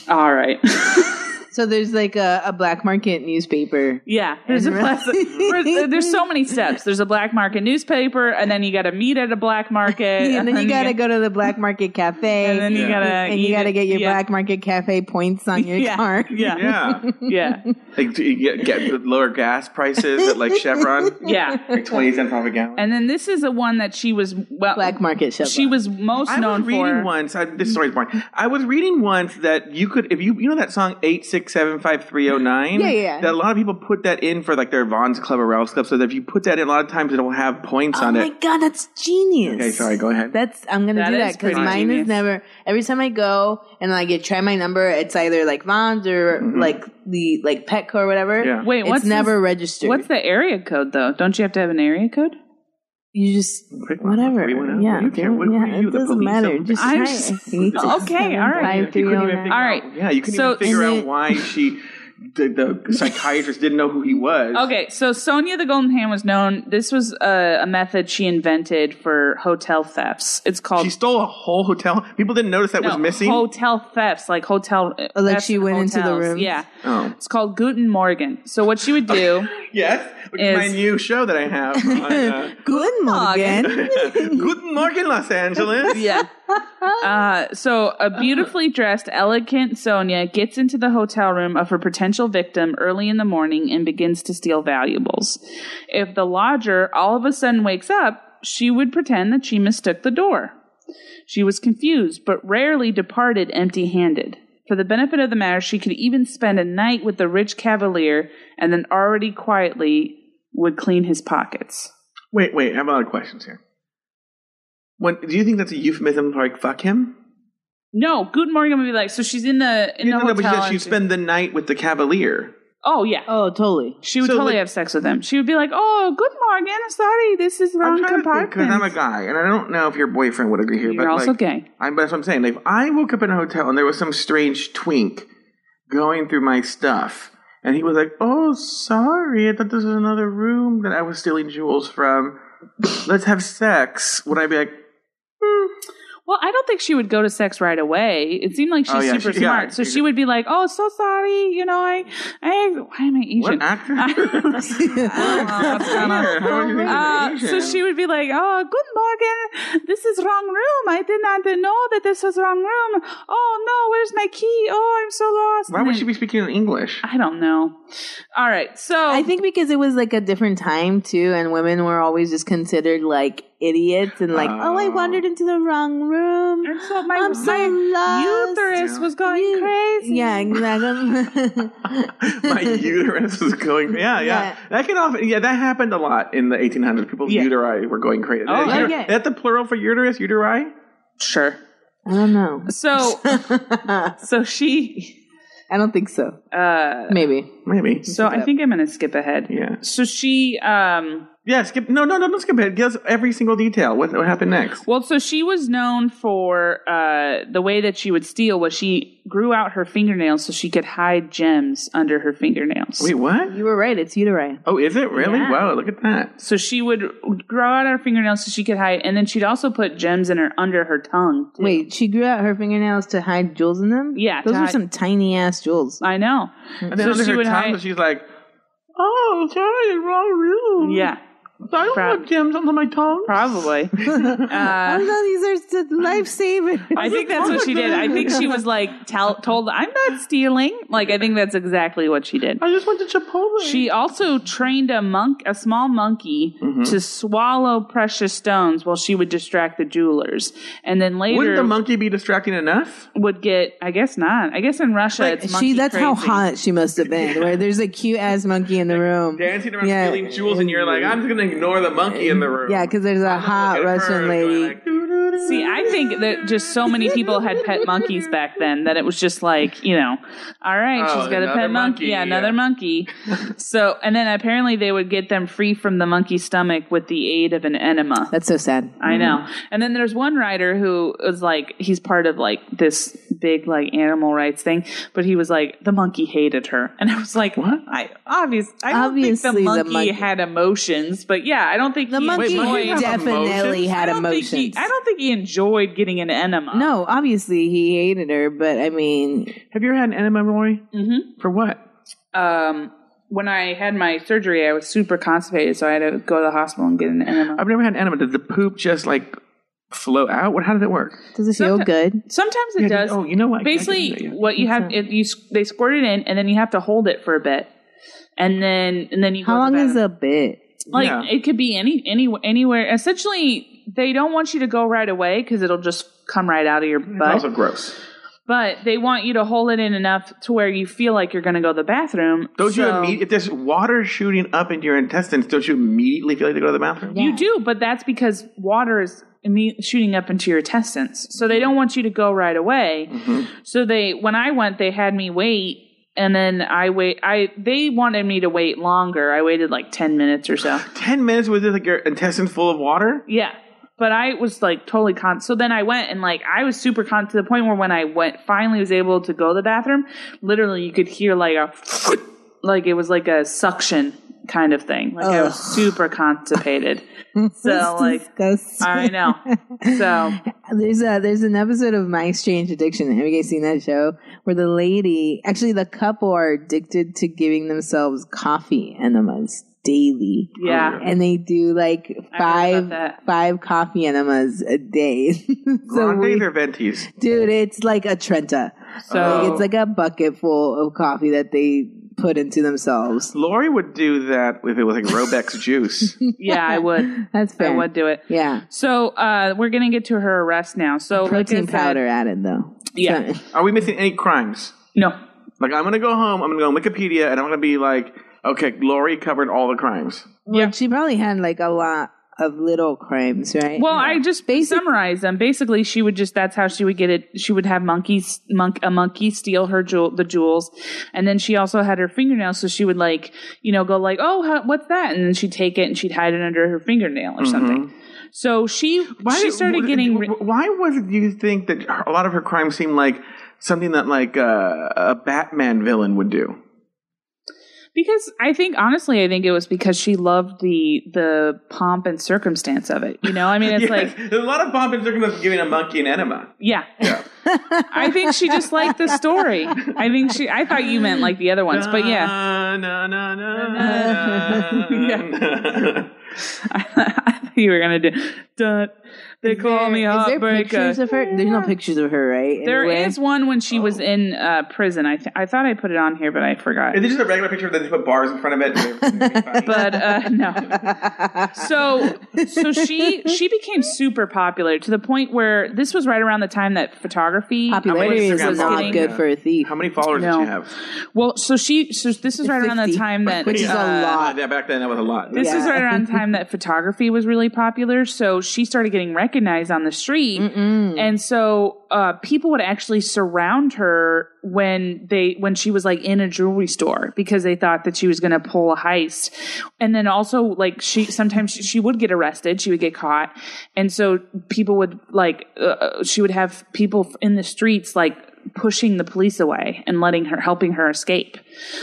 All right.
so there's like a, a black market newspaper.
Yeah, there's a
And
black,
really-
there's- uh, there's so many steps. There's a black market newspaper, and then you got to meet at a black market,
and then you gotta
get-
go to the black market cafe.
and then you
Yeah.
gotta
and you
eat
gotta
it.
get your
Yeah.
black market cafe points on your
yeah.
car.
Yeah, yeah,
Yeah.
yeah,
like, do you get, get the lower gas prices at like Chevron,
yeah.
like 20 cents off a gallon.
And then this is the one that she was well,
Black market shop.
she was most
I
known
was reading
for.
once. I, this story's boring. I was reading once that you could, if you you know that song eight six seven five three zero nine.
Yeah, yeah.
That a lot of people put that in for like their Vaughn's Club or Ralph's Club. So that if you put that in, a lot of times it'll have points
Oh
on
my
it.
god, that's genius.
Okay, sorry. Go ahead.
That's I'm gonna
That
do
is
that because
pretty
mine
genius.
is never. Every time I go and like you try my number, it's either like Vons or like the like Petco or whatever.
Mm-hmm. Yeah.
Wait,
it's
what's
never
this-
registered.
What's the area code though? Don't you have to have an area code?
you just
Quick one,
whatever.
we went out.
Yeah,
You care, what- what
yeah,
are you,
it
the
doesn't
police
matter.
officer?
Just
I'm
try
just-
it. Eight, six,
Okay, all right.
five,
You couldn't
three,
even
oh,
figure
nine.
All right.
out- Yeah, you couldn't
So-
even figure
And
out
it-
why she, the, the psychiatrist didn't know who he was.
Okay, so Sonia the Golden Hand was known. This was a, a method she invented for hotel thefts. It's called
She stole a whole hotel. People didn't notice that was
No,
missing.
Hotel thefts, like hotel.
Oh, like
thefts
she
in
went into the
hotels.
rooms?
Yeah.
Oh.
It's called Guten Morgen. So what she would do,
Yes, which is, my
Is-
new show that I have. On, uh,
Good morning.
Guten Morgen, Los Angeles.
yeah. Uh, so a beautifully dressed, elegant Sonia gets into the hotel room of her potential victim early in the morning and begins to steal valuables. If the lodger all of a sudden wakes up, she would pretend that she mistook the door. She was confused, but rarely departed empty handed. For the benefit of the matter, she could even spend a night with the rich cavalier and then already quietly would clean his pockets.
Wait, wait. I have a lot of questions here. When, do you think that's a euphemism for like fuck him?
No, Guten Morgen would be like, so she's in the in the
no,
hotel.
but she said
and
she'd
she-
spend the night with the cavalier.
oh yeah,
Oh, totally.
she would
so,
totally
like-
have sex with him. She would be like, oh, Guten Morgen, I'm sorry, this is
I'm
wrong
trying to think because
compartment.
I'm a guy, and I don't know if your boyfriend would agree here.
You're
but
also
like,
gay.
I'm, but that's what I'm saying. Like, if I woke up in a hotel and there was some strange twink going through my stuff, and he was like, "Oh, sorry, I thought this was another room that I was stealing jewels from. Let's have sex." Would I be like,
Well, I don't think she would go to sex right away. It seemed like she's
Oh, yeah,
super
she- yeah,
smart, so
she-
she would be like, "Oh, so sorry, you know, I, I, why am I Asian?"
"What actor?"
Oh, what's going on.
How are you
Uh,
Asian?
so she would be like, "Oh, good morning. This is wrong room. I did not know that this was wrong room. Oh no, where's my key? Oh, I'm so lost."
Why
And
would
then-
she be speaking in English?
I don't know. All right, so
I think because it was like a different time too, and women were always just considered like idiots and like, oh, I
Oh.
wandered into the wrong room.
And so my,
I'm so
my
lost.
uterus
Yeah.
was going
You-
crazy.
Yeah, exactly.
My uterus was going. Yeah, yeah,
Yeah.
That can often. Yeah, that happened a lot in the 1800s. People's
Yeah.
uteri were going crazy.
Oh,
Uter-
okay.
Is that the plural for uterus? Uteri.
Sure.
I don't know.
So
I
so she
don't think so.
uh
Maybe.
Maybe.
so I think I'm gonna skip ahead.
Yeah.
So she um
Yeah. Skip. No, no, no. Don't skip ahead. Give us every single detail. What, what happened next?
well so she was known for uh the way that she would steal was she grew out her fingernails so she could hide gems under her fingernails.
Wait, what?
You were right. It's uteri.
Oh, is it really?
Yeah.
Wow, look at that.
So she would grow out her fingernails so she could hide, and then she'd also put gems in her under her tongue. too.
Wait, she grew out her fingernails to hide jewels in them?
Yeah,
Those
to
were
hide-
some tiny ass jewels.
I know.
And then
So
under
she
her
would
tongue,
hide-
she's like, "Oh, sorry, wrong room.
Yeah,
I don't
Prob-
want gems under my tongue.
probably.
oh
Uh,
no, these are s- lifesavers.
I think that's what she did. I think she was like tell, told, "I'm not stealing." Like I think that's exactly what she did.
I just went to Chipotle.
She also trained a monk, a small monkey,
Mm-hmm.
to swallow precious stones while she would distract the jewelers, and then
wouldn't
later
the monkey be distracting enough?
would get. I guess not. I guess in Russia, it's monkey
she that's how
crazy.
hot she must have been. Where there's a cute ass monkey in the room.
Dancing around stealing jewels, and you're like, I'm just gonna ignore the monkey in the room.
Yeah, because there's a hot Russian lady.
See, I think that just so many people had pet monkeys back then that it was just like, you know, all right,
Oh,
she's got a
another
pet monkey.
monkey,
Yeah, another
yeah.
monkey. so, and then apparently they would get them free from the monkey's stomach with the aid of an enema.
That's so sad.
I know.
Mm-hmm.
And then there's one writer who was like, he's part of like this big like animal rights thing, but he was like, the monkey hated her, and I was like, what? I obvious. I don't
Obviously
think the
the
monkey,
monkey-
had emotions, but yeah, I don't think
The
he
monkey
enjoyed-
have
definitely
emotions?
had
I don't
emotions.
Think he, I don't think he enjoyed getting an enema.
no, obviously he hated her, but I mean,
Have you ever had an enema, Rory?
Mhm.
For what?
Um, when I had my surgery, I was super constipated, so I had to go to the hospital and get an enema.
I've never had an enema. Does the poop just like flow out? What? How does it work?
does it feel
Someti-
good?
Sometimes it
Yeah,
does.
Oh, you know what? I- I can
Basically,
do that, yeah.
what you have, it, you s- they squirt it in, and then you have to hold it for a bit, and then and then you.
How
go to
long
the
is
bathroom.
a bit?
Like
Yeah.
it could be any any anywhere. Essentially, they don't want you to go right away because it'll just come right out of your
It's
butt.
also gross.
but they want you to hold it in enough to where you feel like you're going to go to the bathroom.
Don't you
So-
immediately, if there's water shooting up into your intestines, don't you immediately feel like to go to the bathroom?
You do, but that's because water is imme- shooting up into your intestines. So they don't want you to go right away. So they, when I went, they had me wait. And then I wait. I they wanted me to wait longer. I waited like ten minutes or so.
10 minutes with like your intestines full of water?
Yeah, but I was like totally con. So then I went and like I was super con to the point where when I went finally was able to go to the bathroom. Literally, you could hear like a like it was like a suction kind of thing. Like I was super constipated. so like
Disgusting.
I know. So
There's a there's an episode of My Strange Addiction. Have you guys seen that show where the lady, actually the couple, are addicted to giving themselves coffee enemas daily,
yeah,
and they do like
I heard about
five
that.
five coffee enemas a day. so
Grande
we,
or Ventis?
dude, it's like a trenta.
so
Like it's like a bucket full of coffee that they put into themselves.
Lori would do that if it was like Robex juice.
yeah, I would
That's
I
fair.
would do it.
yeah.
So uh, we're gonna get to her arrest now. So
Protein
like I said-
powder added though.
Yeah.
So-
Are we missing any crimes?
No,
Like, I'm going to go home, I'm going to go on Wikipedia, and I'm going to be like, okay, Lori covered all the crimes.
yeah.
She probably had like a lot of little crimes, right?
Well, I just
Basic-
summarized them. Basically, she would just that's how she would get it. She would have monkeys monk a monkey steal her jewel the jewels, and then she also had her fingernails. So she would like you know go like oh how, what's that, and then she'd take it and she'd hide it under her fingernail or something. So she she
did-
started
wh-
getting re-
wh- Why was it you think that her- a lot of her crimes seemed like something that like uh, a Batman villain would do?
because I think honestly I think it was because she loved the the pomp and circumstance of it. You know, I mean it's like
Yes, there's a lot of pomp and circumstance giving a monkey an enema.
Yeah. I think she just liked the story. I think she I thought you meant like the other ones, but yeah.
Na, na, na, na, na.
I thought you were gonna do dun, they call me
Is there
heartbreaker.
pictures of her? Oh. There's no pictures of her, right?
There
Anywhere?
is one when she was in uh, prison. I th- I thought I put it on here, but I forgot.
Is it just a regular picture that they put bars in front of it?
But uh, no. So so she she became super popular to the point where this was right around the time that photography.
Popularity
How many
is
Instagram
not
followers?
good for a thief,
How many followers
No.
did you have?
Well, so she so this is right around the
50,
time that
which is
uh,
a lot.
yeah, back then that was a lot.
This
Yeah.
is right around the time that photography was really popular. So she started getting recognized on the street. And so uh, people would actually surround her when they when she was like in a jewelry store because they thought that she was going to pull a heist. And then also like she sometimes she, she would get arrested, she would get caught. And so people would like uh, uh, she would have people in the streets like pushing the police away and letting her helping her escape.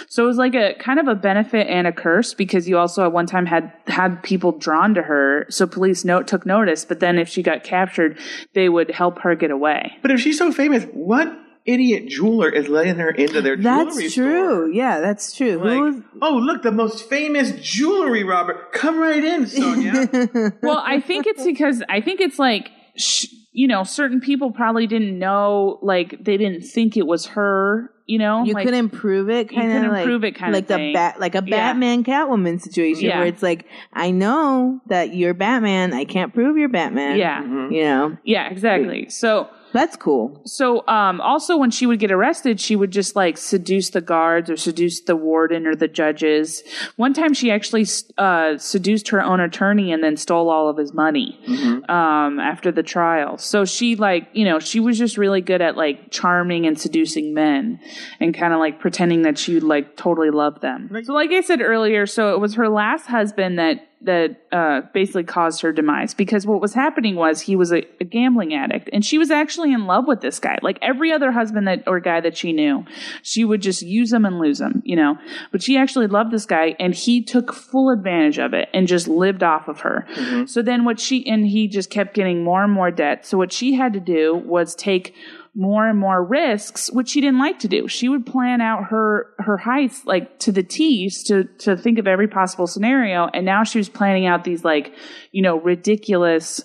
So it was like a kind of a benefit and a curse because you also at one time had had people drawn to her, so police note took notice, but then if she got captured, they would help her get away.
But if she's so famous, what idiot jeweler is letting her into their jewelry
That's
store?
true. Yeah, that's true. Who
Like,
was-
oh, look, the most famous jewelry robber. Come right in, Sonia.
well, I think it's because I think it's like sh- you know, certain people probably didn't know, like they didn't think it was her. You know,
you
like,
couldn't prove it
Oh you
kind of
couldn't
like
prove it kinda
like
thing.
the bat like a
Yeah.
batman catwoman situation
Yeah.
where it's like i know that you're batman i can't prove you're batman
yeah,
Mhm.
you know
yeah, exactly. So,
that's cool
so um, also when she would get arrested, she would just like seduce the guards or seduce the warden or the judges. One time, she actually uh, seduced her own attorney and then stole all of his money.
Mhm.
um, after the trial. So she like, you know, she was just really good at like charming and seducing men and kind of like pretending that she like totally loved them.
Right.
So like I said earlier, so it was her last husband that that uh, basically caused her demise because what was happening was he was a, a gambling addict and she was actually in love with this guy. Like every other husband that or guy that she knew, she would just use him and lose him, you know. But she actually loved this guy and he took full advantage of it and just lived off of her. So then what she and he just kept getting more and more debt. So what she had to do was take more and more risks, which she didn't like to do. She would plan out her her heists like to the T's to to think of every possible scenario. And now she was planning out these like, you know, ridiculous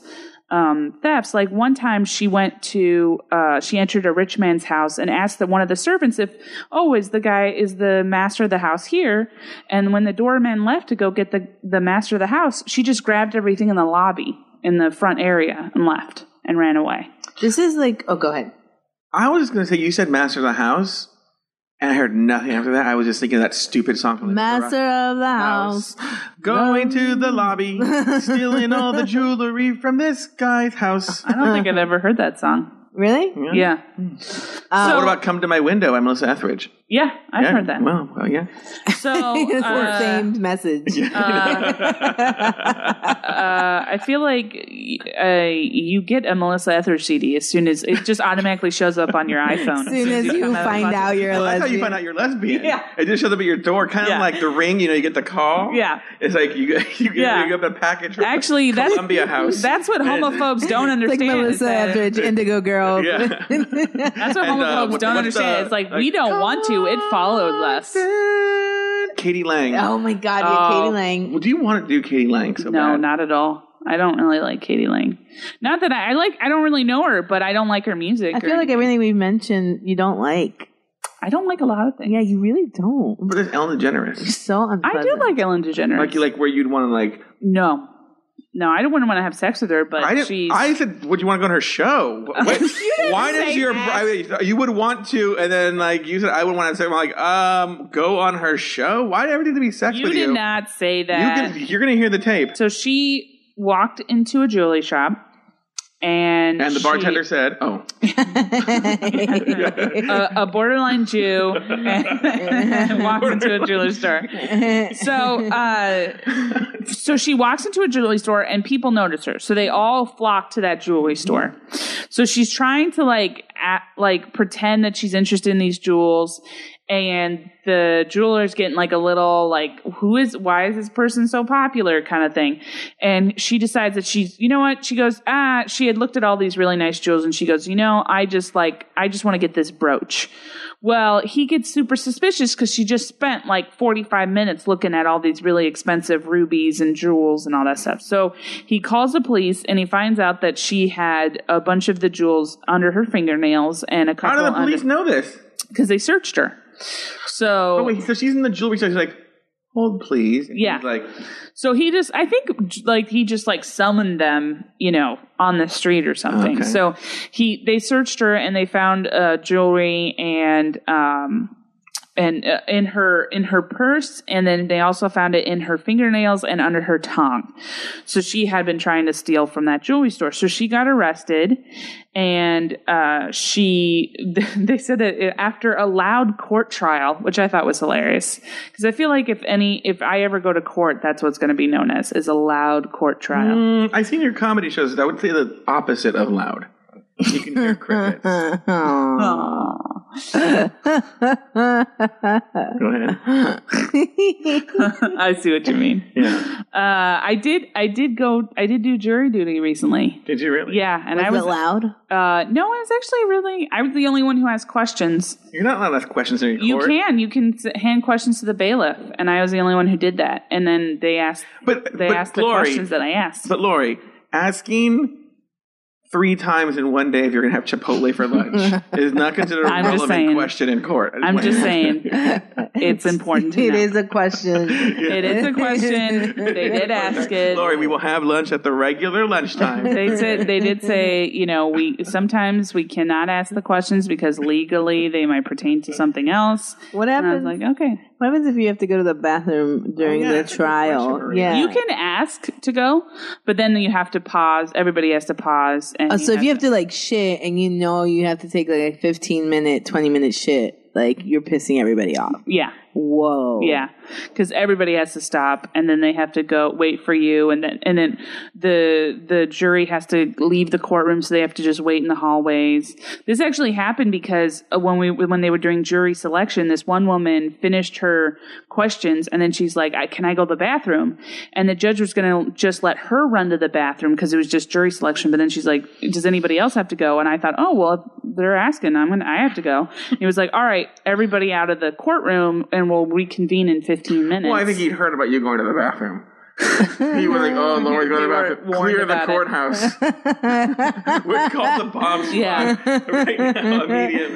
um, thefts. Like one time, she went to uh, she entered a rich man's house and asked that one of the servants if, oh, is the guy is the master of the house here? And when the doorman left to go get the the master of the house, she just grabbed everything in the lobby in the front area and left and ran away.
this is like oh go ahead
I was just going to say, you said Master of the House, and I heard nothing after that. I was just thinking of that stupid song from the
master of the house
House. Going to the lobby, stealing all the jewelry from this guy's house.
I don't think I've ever heard that song.
really
Yeah,
Um,
What about Come to My Window by Melissa Etheridge?
yeah, I've
yeah.
heard that.
Well, well, yeah.
So
it's the
uh,
same message
uh, I feel like uh, you get a Melissa Etheridge CD as soon as it just automatically shows up on your iPhone.
as soon as you
come of the
find
closet.
out you're a
Well, that's how you
lesbian
find out you're lesbian.
Yeah.
It just shows up at your door, kind of
Yeah.
like the ring, you know, you get the call.
Yeah.
It's like you, you,
Yeah.
you get a package from
Actually, that's
Columbia House.
That's what
And-
homophobes don't
like
understand. is
melissa
that-
etheridge indigo girl
Yeah.
That's what
And, uh,
homophobes
what-
don't
what's
understand.
the-
it's like, we
like,
don't want to. It follows us.
Katie Lang.
oh my god
Oh.
you're katie lang
Well, Do you want to do Katie Lang so
no,
bad?
not at all. I don't really like Katie Lang. Not that I, I like. I don't really know her, but I don't like her music.
I
or
feel like everything we've mentioned you don't like.
I don't like a lot of things.
Yeah, you really don't.
But there's Ellen
You're
DeGeneres.
so
I
unpleasant.
do like Ellen DeGeneres.
Like, you like where you'd want to like.
No, no, I don't want to want to have sex with her. But
I didn't.
she's
I said, "Would you want to go on her show?" Wait, why does your I mean, you would want to, and then like you said, I would want to say, "I'm like, um, go on her show." Why did everything to be sex
you
with
did
you?
not say
You
that.
can- you're gonna hear the tape.
so she walked into a jewelry shop, and
And the
she-
bartender said, "Oh,
a, a borderline Jew and walks into a jewelry store. So, uh, so she walks into a jewelry store and people notice her. So they all flock to that jewelry store. So she's trying to like act, like pretend that she's interested in these jewels. And the jeweler's getting like a little like, who is, why is this person so popular kind of thing. And she decides that she's, you know what? She goes, ah, she had looked at all these really nice jewels and she goes, you know, I just like, I just want to get this brooch. Well, he gets super suspicious because she just spent like 45 minutes looking at all these really expensive rubies and jewels and all that stuff. So he calls the police and he finds out that she had a bunch of the jewels under her fingernails and a
how
couple
do the police know this?"
because they searched her. So
Oh wait, so she's in the jewelry store. She's like, "Hold, please." And
Yeah.
he's like,
So he just, I think, j- like he just like summoned them, you know, on the street or something.
Okay.
So he, they searched her and they found uh, jewelry and um, and uh, in her in her purse, and then they also found it in her fingernails and under her tongue. So she had been trying to steal from that jewelry store. So she got arrested, and uh, she they said that it- after a loud court trial, which I thought was hilarious, because I feel like if any if I ever go to court, that's what's going to be known as is a loud court trial.
"Hmm, mm, "I've seen your comedy shows. I would say the opposite of loud." You can hear crickets. Go ahead.
I see what you mean.
Yeah.
Uh, I did. I did go. I did do jury duty recently.
Did you really?
Yeah, and I was.
it loud?
Uh, no, I was actually really. I was the only one who asked questions.
You're not allowed to ask questions in your
You
court.
can. You can s- hand questions to the bailiff, and I was the only one who did that. And then they asked.
But
They
but
asked the
Lori,
questions that I asked.
But Lori, asking three times in one day if you're going to have Chipotle for lunch is not considered a
I'm just
relevant
saying.
question in court. I
I'm
wanted
just
to-
saying, it's important to
It
know.
is a question.
It is a question. They did ask it.
Lori, we will have lunch at the regular lunchtime.
They said they did say, you know, we sometimes we cannot ask the questions because legally they might pertain to something else.
What
And I was
happens?
like, Oh, okay,
what happens if you have to go to the bathroom during
yeah,
the
that's a good question,
trial?
Maria.
Yeah.
you can ask to go, but then you have to pause. Everybody has to pause. And
Oh, so if you have to like shit and you know you have to take like a 15 minute, 20 minute shit, like you're pissing everybody off.
yeah,
Whoa.
Yeah, because everybody has to stop, and then they have to go wait for you, and then and then the the jury has to leave the courtroom, so they have to just wait in the hallways. This actually happened because uh, when we when they were doing jury selection, this one woman finished her questions, and then she's like, I, "Can I go to the bathroom?" And the judge was going to just let her run to the bathroom because it was just jury selection. But then she's like, "Does anybody else have to go?" And I thought, "Oh well, if they're asking. I'm gonna. I have to go." he was like, "All right, everybody out of the courtroom, and we'll reconvene in 15 minutes."
Well, Oh, I think he'd heard about you going to the bathroom. He was like, "Oh, Lori's going
You were
to the bathroom.
warned
Clear the
about it.
courthouse. we called the bomb squad
Yeah.
right now immediately."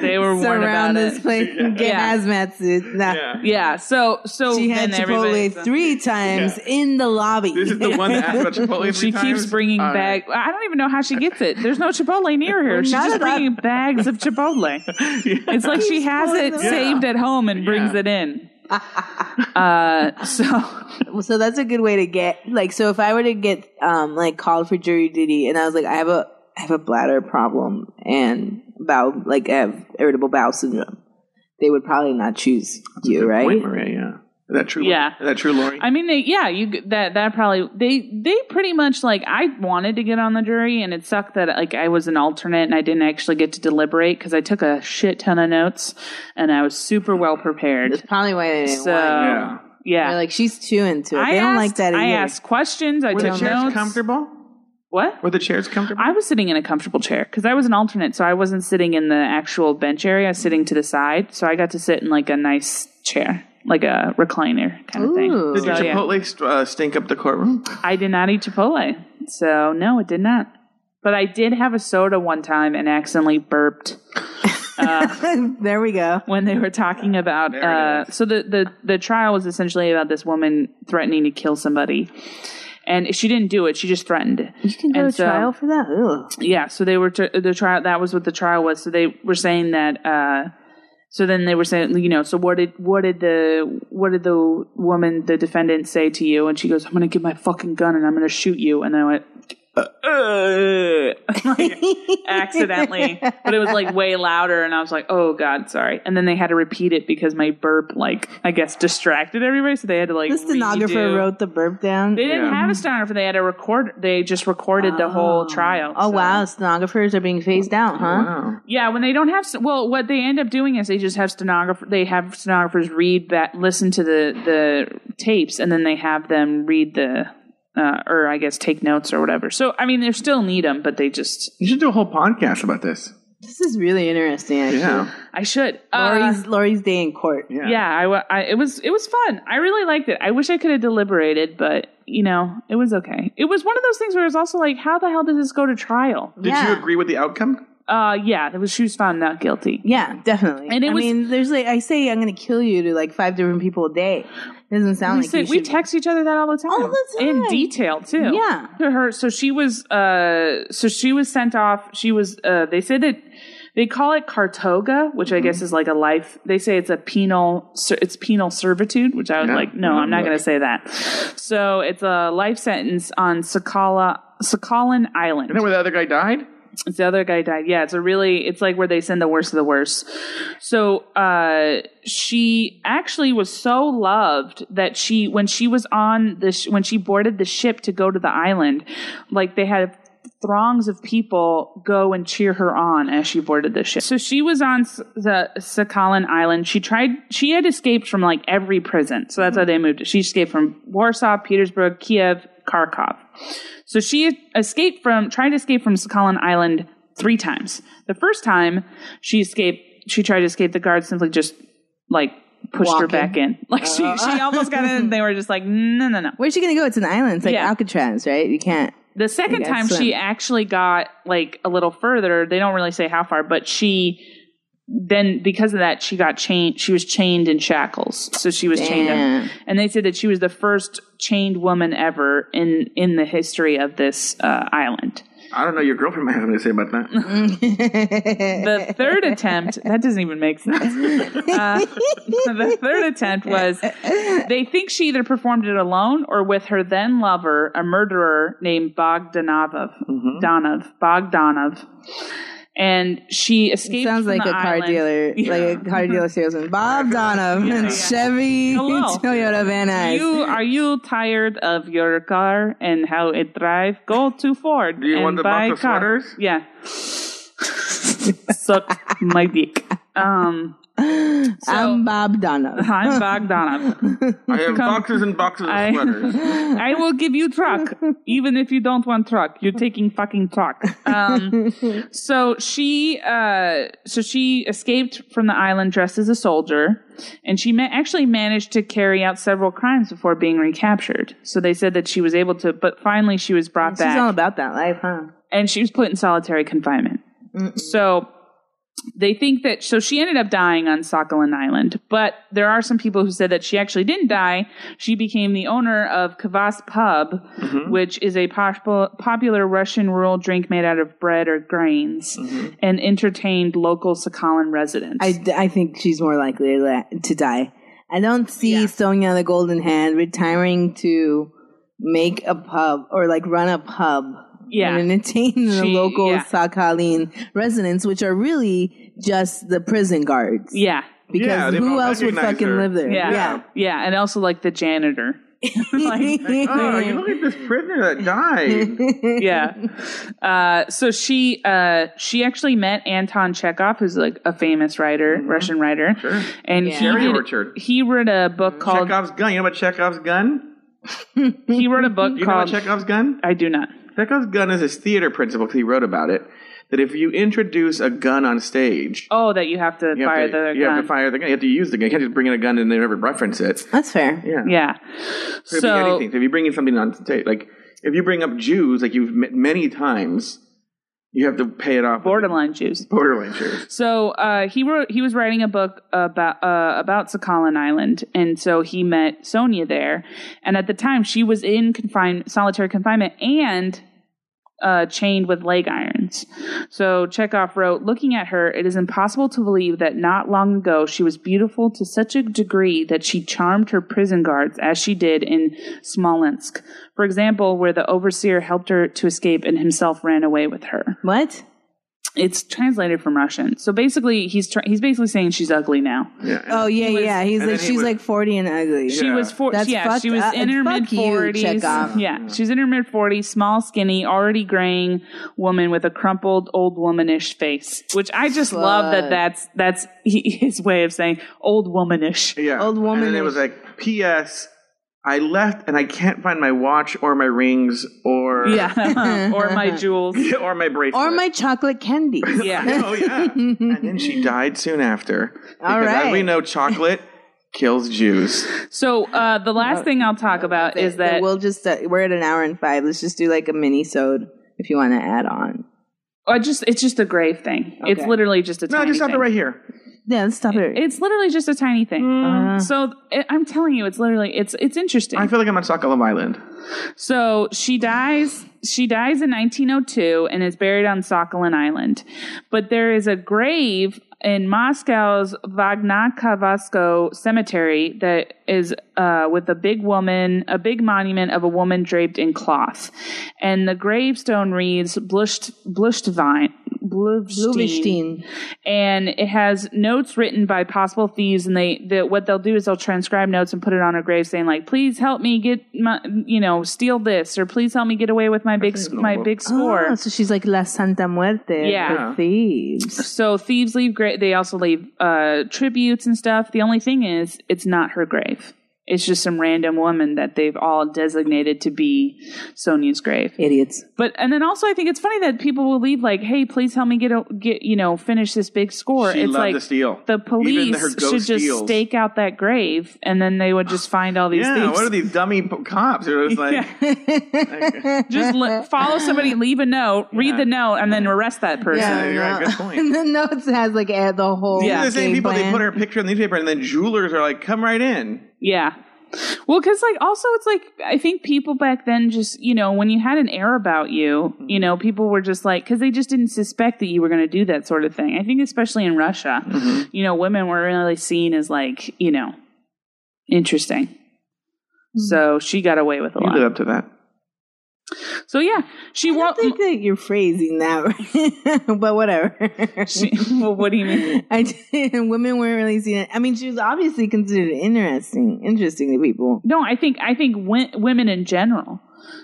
they were warned about
Surround this
it.
place and get
Yeah.
hazmat suits. Nah.
Yeah.
Yeah. So so
She had
then everybody-
Chipotle three times in the lobby.
This is the one that asked about Chipotle three
She keeps
times?
bringing
All right.
back. I don't even know how she gets it. There's no Chipotle near here. She's
None
just
of that-
bringing bags of Chipotle. It's like she has
pulling
it
them
saved at home and brings
Yeah.
it in. uh, so
so that's a good way to get like so if i were to get um like called for jury duty and i was like i have a i have a bladder problem and bowel like i have irritable bowel syndrome they would probably not choose you right
Point, Maria. Yeah. Is that true?
Yeah.
Is that true, Lori?
I mean, they yeah, you g- that that probably they they pretty much like I wanted to get on the jury, and it sucked that like I was an alternate and I didn't actually get to deliberate because I took a shit ton of notes and I was super well
that's
prepared.
probably why they didn't
So
want you.
yeah.
yeah,
They're like she's too into it
I
they don't like
asked-
that
I
either.
asked questions. I
Were the
took
chairs
notes.
comfortable?
What?
Were the chairs comfortable?
I was sitting in a comfortable chair because I was an alternate, so I wasn't sitting in the actual bench area. I was sitting to the side, so I got to sit in like a nice chair, like a recliner kind of
Ooh.
thing.
Did your
So, yeah.
Chipotle st- uh, stink up the courtroom?
I did not eat Chipotle, so no, it did not. But I did have a soda one time and accidentally burped
there we go
when they were talking about. Uh, so the, the the trial was essentially about this woman threatening to kill somebody, and she didn't do it. She just threatened.
you can go
And
to
so-
trial for that Ugh.
Yeah, so they were tr the trial. That was what the trial was. So they were saying that. Uh, so then they were saying, you know, so what did what did the what did the woman the defendant say to you? And she goes, "I'm gonna get my fucking gun and I'm gonna shoot you." And I went, uh, like, accidentally, but it was like way louder, and I was like, "Oh God, sorry." And then they had to repeat it because my burp, like I guess, distracted everybody, so they had to like
the stenographer
redo.
wrote the burp down
They didn't
Yeah.
have a stenographer. They had to record. They just recorded the whole trial.
oh
so-
wow stenographers are being phased out huh
Wow.
yeah, when they don't have well, what they end up doing is they just have stenographer. They have stenographers read that, listen to the the tapes, and then they have them read the uh, or I guess take notes or whatever. So I mean, they still need them, but they just
You should do a whole podcast about this.
this is really interesting actually
Yeah.
I should. Uh,
Lori's, Lori's day in court.
Yeah.
yeah, I, wa- I it was it was fun. I really liked it. I wish I could have deliberated, but you know, it was okay. It was one of those things where it was also like, how the hell does this go to trial?
Did
Yeah.
you agree with the outcome?
Uh, yeah, it was she was found not guilty.
Yeah, definitely.
And it
I
was-
mean, there's like I say, I'm gonna kill you to like five different people a day. It doesn't sound
we
like
sit,
you
we
should-
text each other that all the time,
All the
in
time.
detail too.
Yeah.
to her. So she was, uh, so she was sent off. She was. Uh, they said that they call it cartoga, which I
Mm-hmm.
guess is like a life. They say it's a penal, ser- it's penal servitude, which I was
Yeah.
like, no, I'm
Mm-hmm.
not going to say that. So it's a life sentence on Sakala. Sakhalin Island.
Isn't that where the other guy died?
It's the other guy died. Yeah, it's a really it's like where they send the worst of the worst. So uh she actually was so loved that she when she was on the sh- when she boarded the ship to go to the island, like they had throngs of people go and cheer her on as she boarded the ship. So she was on S- the Sakhalin Island. She tried. She had escaped from like every prison, so that's how they moved. She escaped from Warsaw, Petersburg, Kiev, Kharkov. So she escaped from tried to escape from Sakhalin Island three times. The first time she escaped, she tried to escape. The guards simply just like pushed her
Walking. Uh-huh.
back in. Like she, she almost got in. and They were just like, no, no, no.
Where's she gonna go? It's an island. It's like
Yeah.
Alcatraz, right? You can't.
The second
guess
time
so.
she actually got like a little further, they don't really say how far, but she then because of that she got chained she was chained in shackles. So she was chained
Damn.
up. And they said that she was the first chained woman ever in in the history of this uh, island.
I don't know. Your girlfriend might have something to say about that.
The third attempt that doesn't even make sense. Uh, the third attempt was they think she either performed it alone or with her then lover, a murderer named Bogdanov,
Mm-hmm.
Donov, Bogdanov, and she escaped.
Sounds
from
like
the
a car
island.
dealer, like a car dealer salesman. Bob Donovan,
Yeah, yeah.
Chevy,
Hello.
Toyota Van Nuys.
You are you tired of your car and how it drives? Go to Ford
you
and
want the
buy
box of
car.
sweaters?
Yeah, suck my dick. Um,
I'm Bob Donovan.
I'm Bogdanov.
I have boxes and boxes of
I-
sweaters.
I will give you truck, even if you don't want truck. You're taking fucking truck. Um, so she, uh, so she escaped from the island dressed as a soldier, and she ma- actually managed to carry out several crimes before being recaptured. So they said that she was able to, but finally she was brought
She's
back,
all about that life, huh?
and she was put in solitary confinement. So. They think that so she ended up dying on Sakhalin Island, but there are some people who said that she actually didn't die. She became the owner of Kvass Pub, which is a pos- popular Russian rural drink made out of bread or grains, and entertained local Sakhalin residents.
I, I think she's more likely to la- to die. I don't see Sonia the Golden Hand retiring to make a pub or like run a pub
Yeah.
and entertain the
She-
local
yeah.
Sakhalin residents, which are really just the prison guards.
yeah,
Because
Yeah, they
who
won't
else would
recognize
fucking
her.
live there?
yeah,
yeah.
yeah, and also like the janitor.
Oh, you look at this prisoner that died.
yeah. Uh, so she uh, she actually met Anton Chekhov, who's like a famous writer,
Mm-hmm.
Russian writer, and
Yeah.
he
Cherry
did-
Orchard.
He wrote a book called
Chekhov's gun. You know about Chekhov's gun?
He wrote a book
You know
called
about Chekhov's gun?
I do not.
Chekhov's gun is his theater principle because he wrote about it. That if you introduce a gun on stage,
Oh, that you have to
you, have
fire
to,
the
you
gun.
have to fire the gun. You have to use the gun. You can't just bring in a gun and never reference it.
That's fair.
Yeah.
yeah.
Could be
so
anything. So if you bring in something on stage, like if you bring up Jews, like you've m- many times, you have to pay it off. with
borderline Jews.
borderline Jews.
So uh, he wrote. He was writing a book about uh, about Sakhalin Island, and so he met Sonia there. And at the time, she was in confine solitary confinement and uh, chained with leg irons. So Chekhov wrote, looking at her, it is impossible to believe that not long ago she was beautiful to such a degree that she charmed her prison guards as she did in Smolensk, for example, where the overseer helped her to escape and himself ran away with her
What?
it's translated from Russian. So basically, he's tr- he's basically saying she's ugly now.
Yeah.
Oh yeah, yeah. He's
and
like
then he
she's
was-
like forty and ugly.
She
Yeah.
was for-
That's
yeah,
fucked
she was
up.
in her mid
Fuck you,
forties.
Chekhov.
Yeah, she's in her mid forties, small, skinny, already graying woman with a crumpled old womanish face. Which I just love that.
Fuck.
That's that's he, his way of saying old womanish.
yeah.
Old woman
And then it
is-
was like, P.S. I left and I can't find my watch or my rings or
Yeah, or my jewels.
or my bracelet.
Or my chocolate candy.
Yeah,
Oh yeah. and then she died soon after. Because as
right.
we know, chocolate kills Jews.
So uh, the last thing I'll talk about is that
we'll just uh, we're at an hour and five. Let's just do like a mini sode if you want to add on.
I just it's just a grave thing. It's
Okay.
literally just a
No,
tiny
just stop it
thing.
right here.
Yeah, let's stop it.
It's literally just a tiny thing.
Mm.
Uh,
So I- I'm telling you, it's literally it's it's interesting.
Uh-huh. I feel like I'm on Sokolov Island.
So she dies. She dies in 1902 and is buried on Sakhalin Island. But there is a grave in Moscow's Vagnakavasco Cemetery that is uh, with a big woman, a big monument of a woman draped in cloth, and the gravestone reads "Blusht Blusht Vine." Bluvstein. and it has notes written by possible thieves and they the, what they'll do is they'll transcribe notes and put it on a grave saying like please help me get my you know steal this or please help me get away with my big
That's
sc- my
adorable.
big score
Oh, so she's like La Santa Muerte
Yeah.
for thieves.
so thieves leave gra- they also leave uh tributes and stuff the only thing is it's not her grave it's just some random woman that they've all designated to be Sonia's grave.
Idiots.
But and then also I think it's funny that people will leave like, "Hey, please help me get a, get you know finish this big score."
She
it's
loved
like
to steal.
the
Even
police
her ghost
should just
steals.
stake out that grave and then they would just find all these
Yeah,
thieves.
what are these dummy p- cops? They're just like,
just li- follow somebody, leave a note, read
Yeah.
the note, and then arrest that person.
Yeah. you're right, good point.
and the notes has like eh, the whole.
these
Yeah.
are the same
game
people. They
plan.
put her picture in the newspaper, and then jewelers are like, come right in.
Yeah. Well, because like also it's like I think people back then just you know when you had an air about you,
Mm-hmm.
you know people were just like because they just didn't suspect that you were going to do that sort of thing. I think especially in Russia,
Mm-hmm.
you know, women were really seen as like you know interesting.
Mm-hmm.
So she got away with a
You
lot.
live up to that.
So yeah, she
I
won't.
don't think that you're phrasing that, right. but whatever.
she, well, what do you mean?
I didn't, women weren't really seeing it. I mean, she was obviously considered interesting, interesting to people.
No, I think I think w- women in general.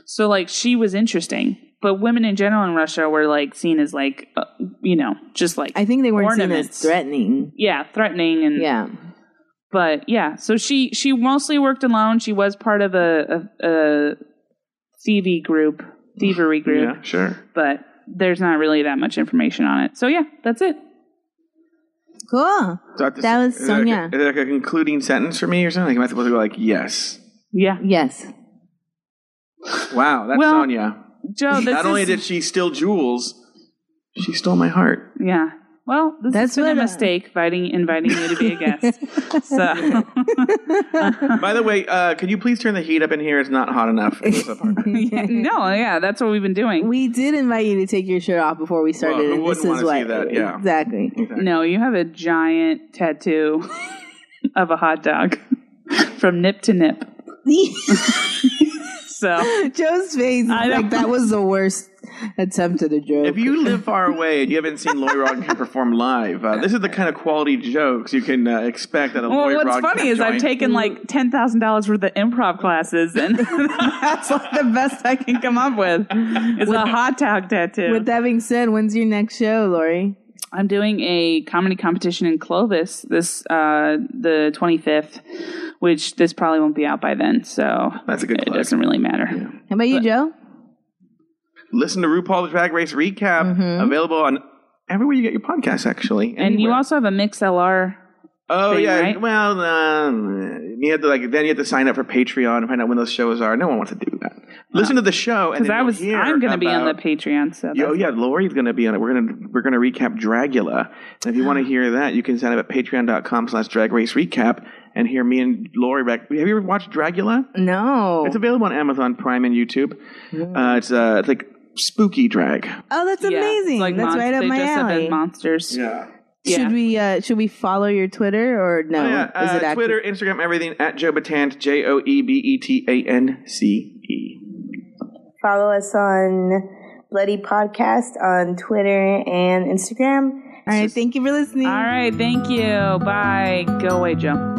So like she was interesting, but women in general in Russia were like seen as like uh, you know just like
I think they weren't seen as
Ornaments.
threatening.
yeah threatening and
Yeah,
But yeah, so she she mostly worked alone. She was part of a a, a thievy group, thievery group,
Yeah, sure.
but there's not really that much information on it. So yeah, that's it.
cool.
So I have to-
That was
is there like a-
Sonia.
Is there like a concluding sentence for me or something? Like, am I supposed to go like, yes?
Yeah,
Yes,
Wow, that's
Well,
Sonia.
Joe. This
Not only
is-
did she steal jewels, she stole my heart.
yeah. Well, this
That's
has been a
what uh, I-
mistake inviting inviting you to be a guest. so
By the way, uh, can you please turn the heat up in here? It's not hot enough in this apartment.
yeah, no, yeah, that's what we've been doing.
we did invite you to take your shirt off before we started.
who
and this
wouldn't wanna
is
see
why,
that? Yeah.
exactly.
No, you have a giant tattoo of a hot dog from nip to nip. So.
Joe's face,
I know.
like that was the worst attempt at a joke.
If you live far away and you haven't seen Lori Roggenkamp perform live, uh, this is the kind of quality jokes you can uh, expect at a
Well,
Lori
what's
Roggenkamp
funny is I've
joint.
taken like ten thousand dollars worth of improv classes, and that's like the best I can come up with. It's a hot dog tattoo.
With that being said, when's your next show, Lori?
I'm doing a comedy competition in Clovis this uh, the 25th, which this probably won't be out by then, so
That's a good
it
plug.
doesn't really matter.
How about you, Joe?
Listen to RuPaul's Drag Race recap, available on everywhere you get your podcasts, actually.
Mm-hmm. And you
anywhere.
also have a mix LR.
Oh
thing,
yeah.
right?
Well, um, you have to like then you have to sign up for Patreon and find out when those shows are. No one wants to do that. Listen to the show
Because
and then
Oh. I
you'll
was,
hear
I'm going to be on the
about-
Patreon. So
Yeah, oh yeah, Lori's gonna be on it. We're gonna we're gonna recap Dragula. And if you want to hear that, you can sign up at patreon.com slash drag race recap and hear me and Lori back. Have you ever watched Dragula?
Oh. No.
It's available on Amazon Prime and YouTube. Uh, it's uh it's like spooky drag.
oh, that's
Yeah, it's
amazing.
like
that's
monst-
right up
they
my
dress Up
alley.
as monsters.
Yeah.
yeah.
Should we uh, should we follow your Twitter or no?
Yeah,
Is
uh,
it active?
Twitter, Instagram, everything at Joe Batant, J O E B E T A N C E.
Follow us on Bloody Podcast on Twitter and Instagram.
All right, thank you for listening.
All right, thank you. Bye. Go away, Joe.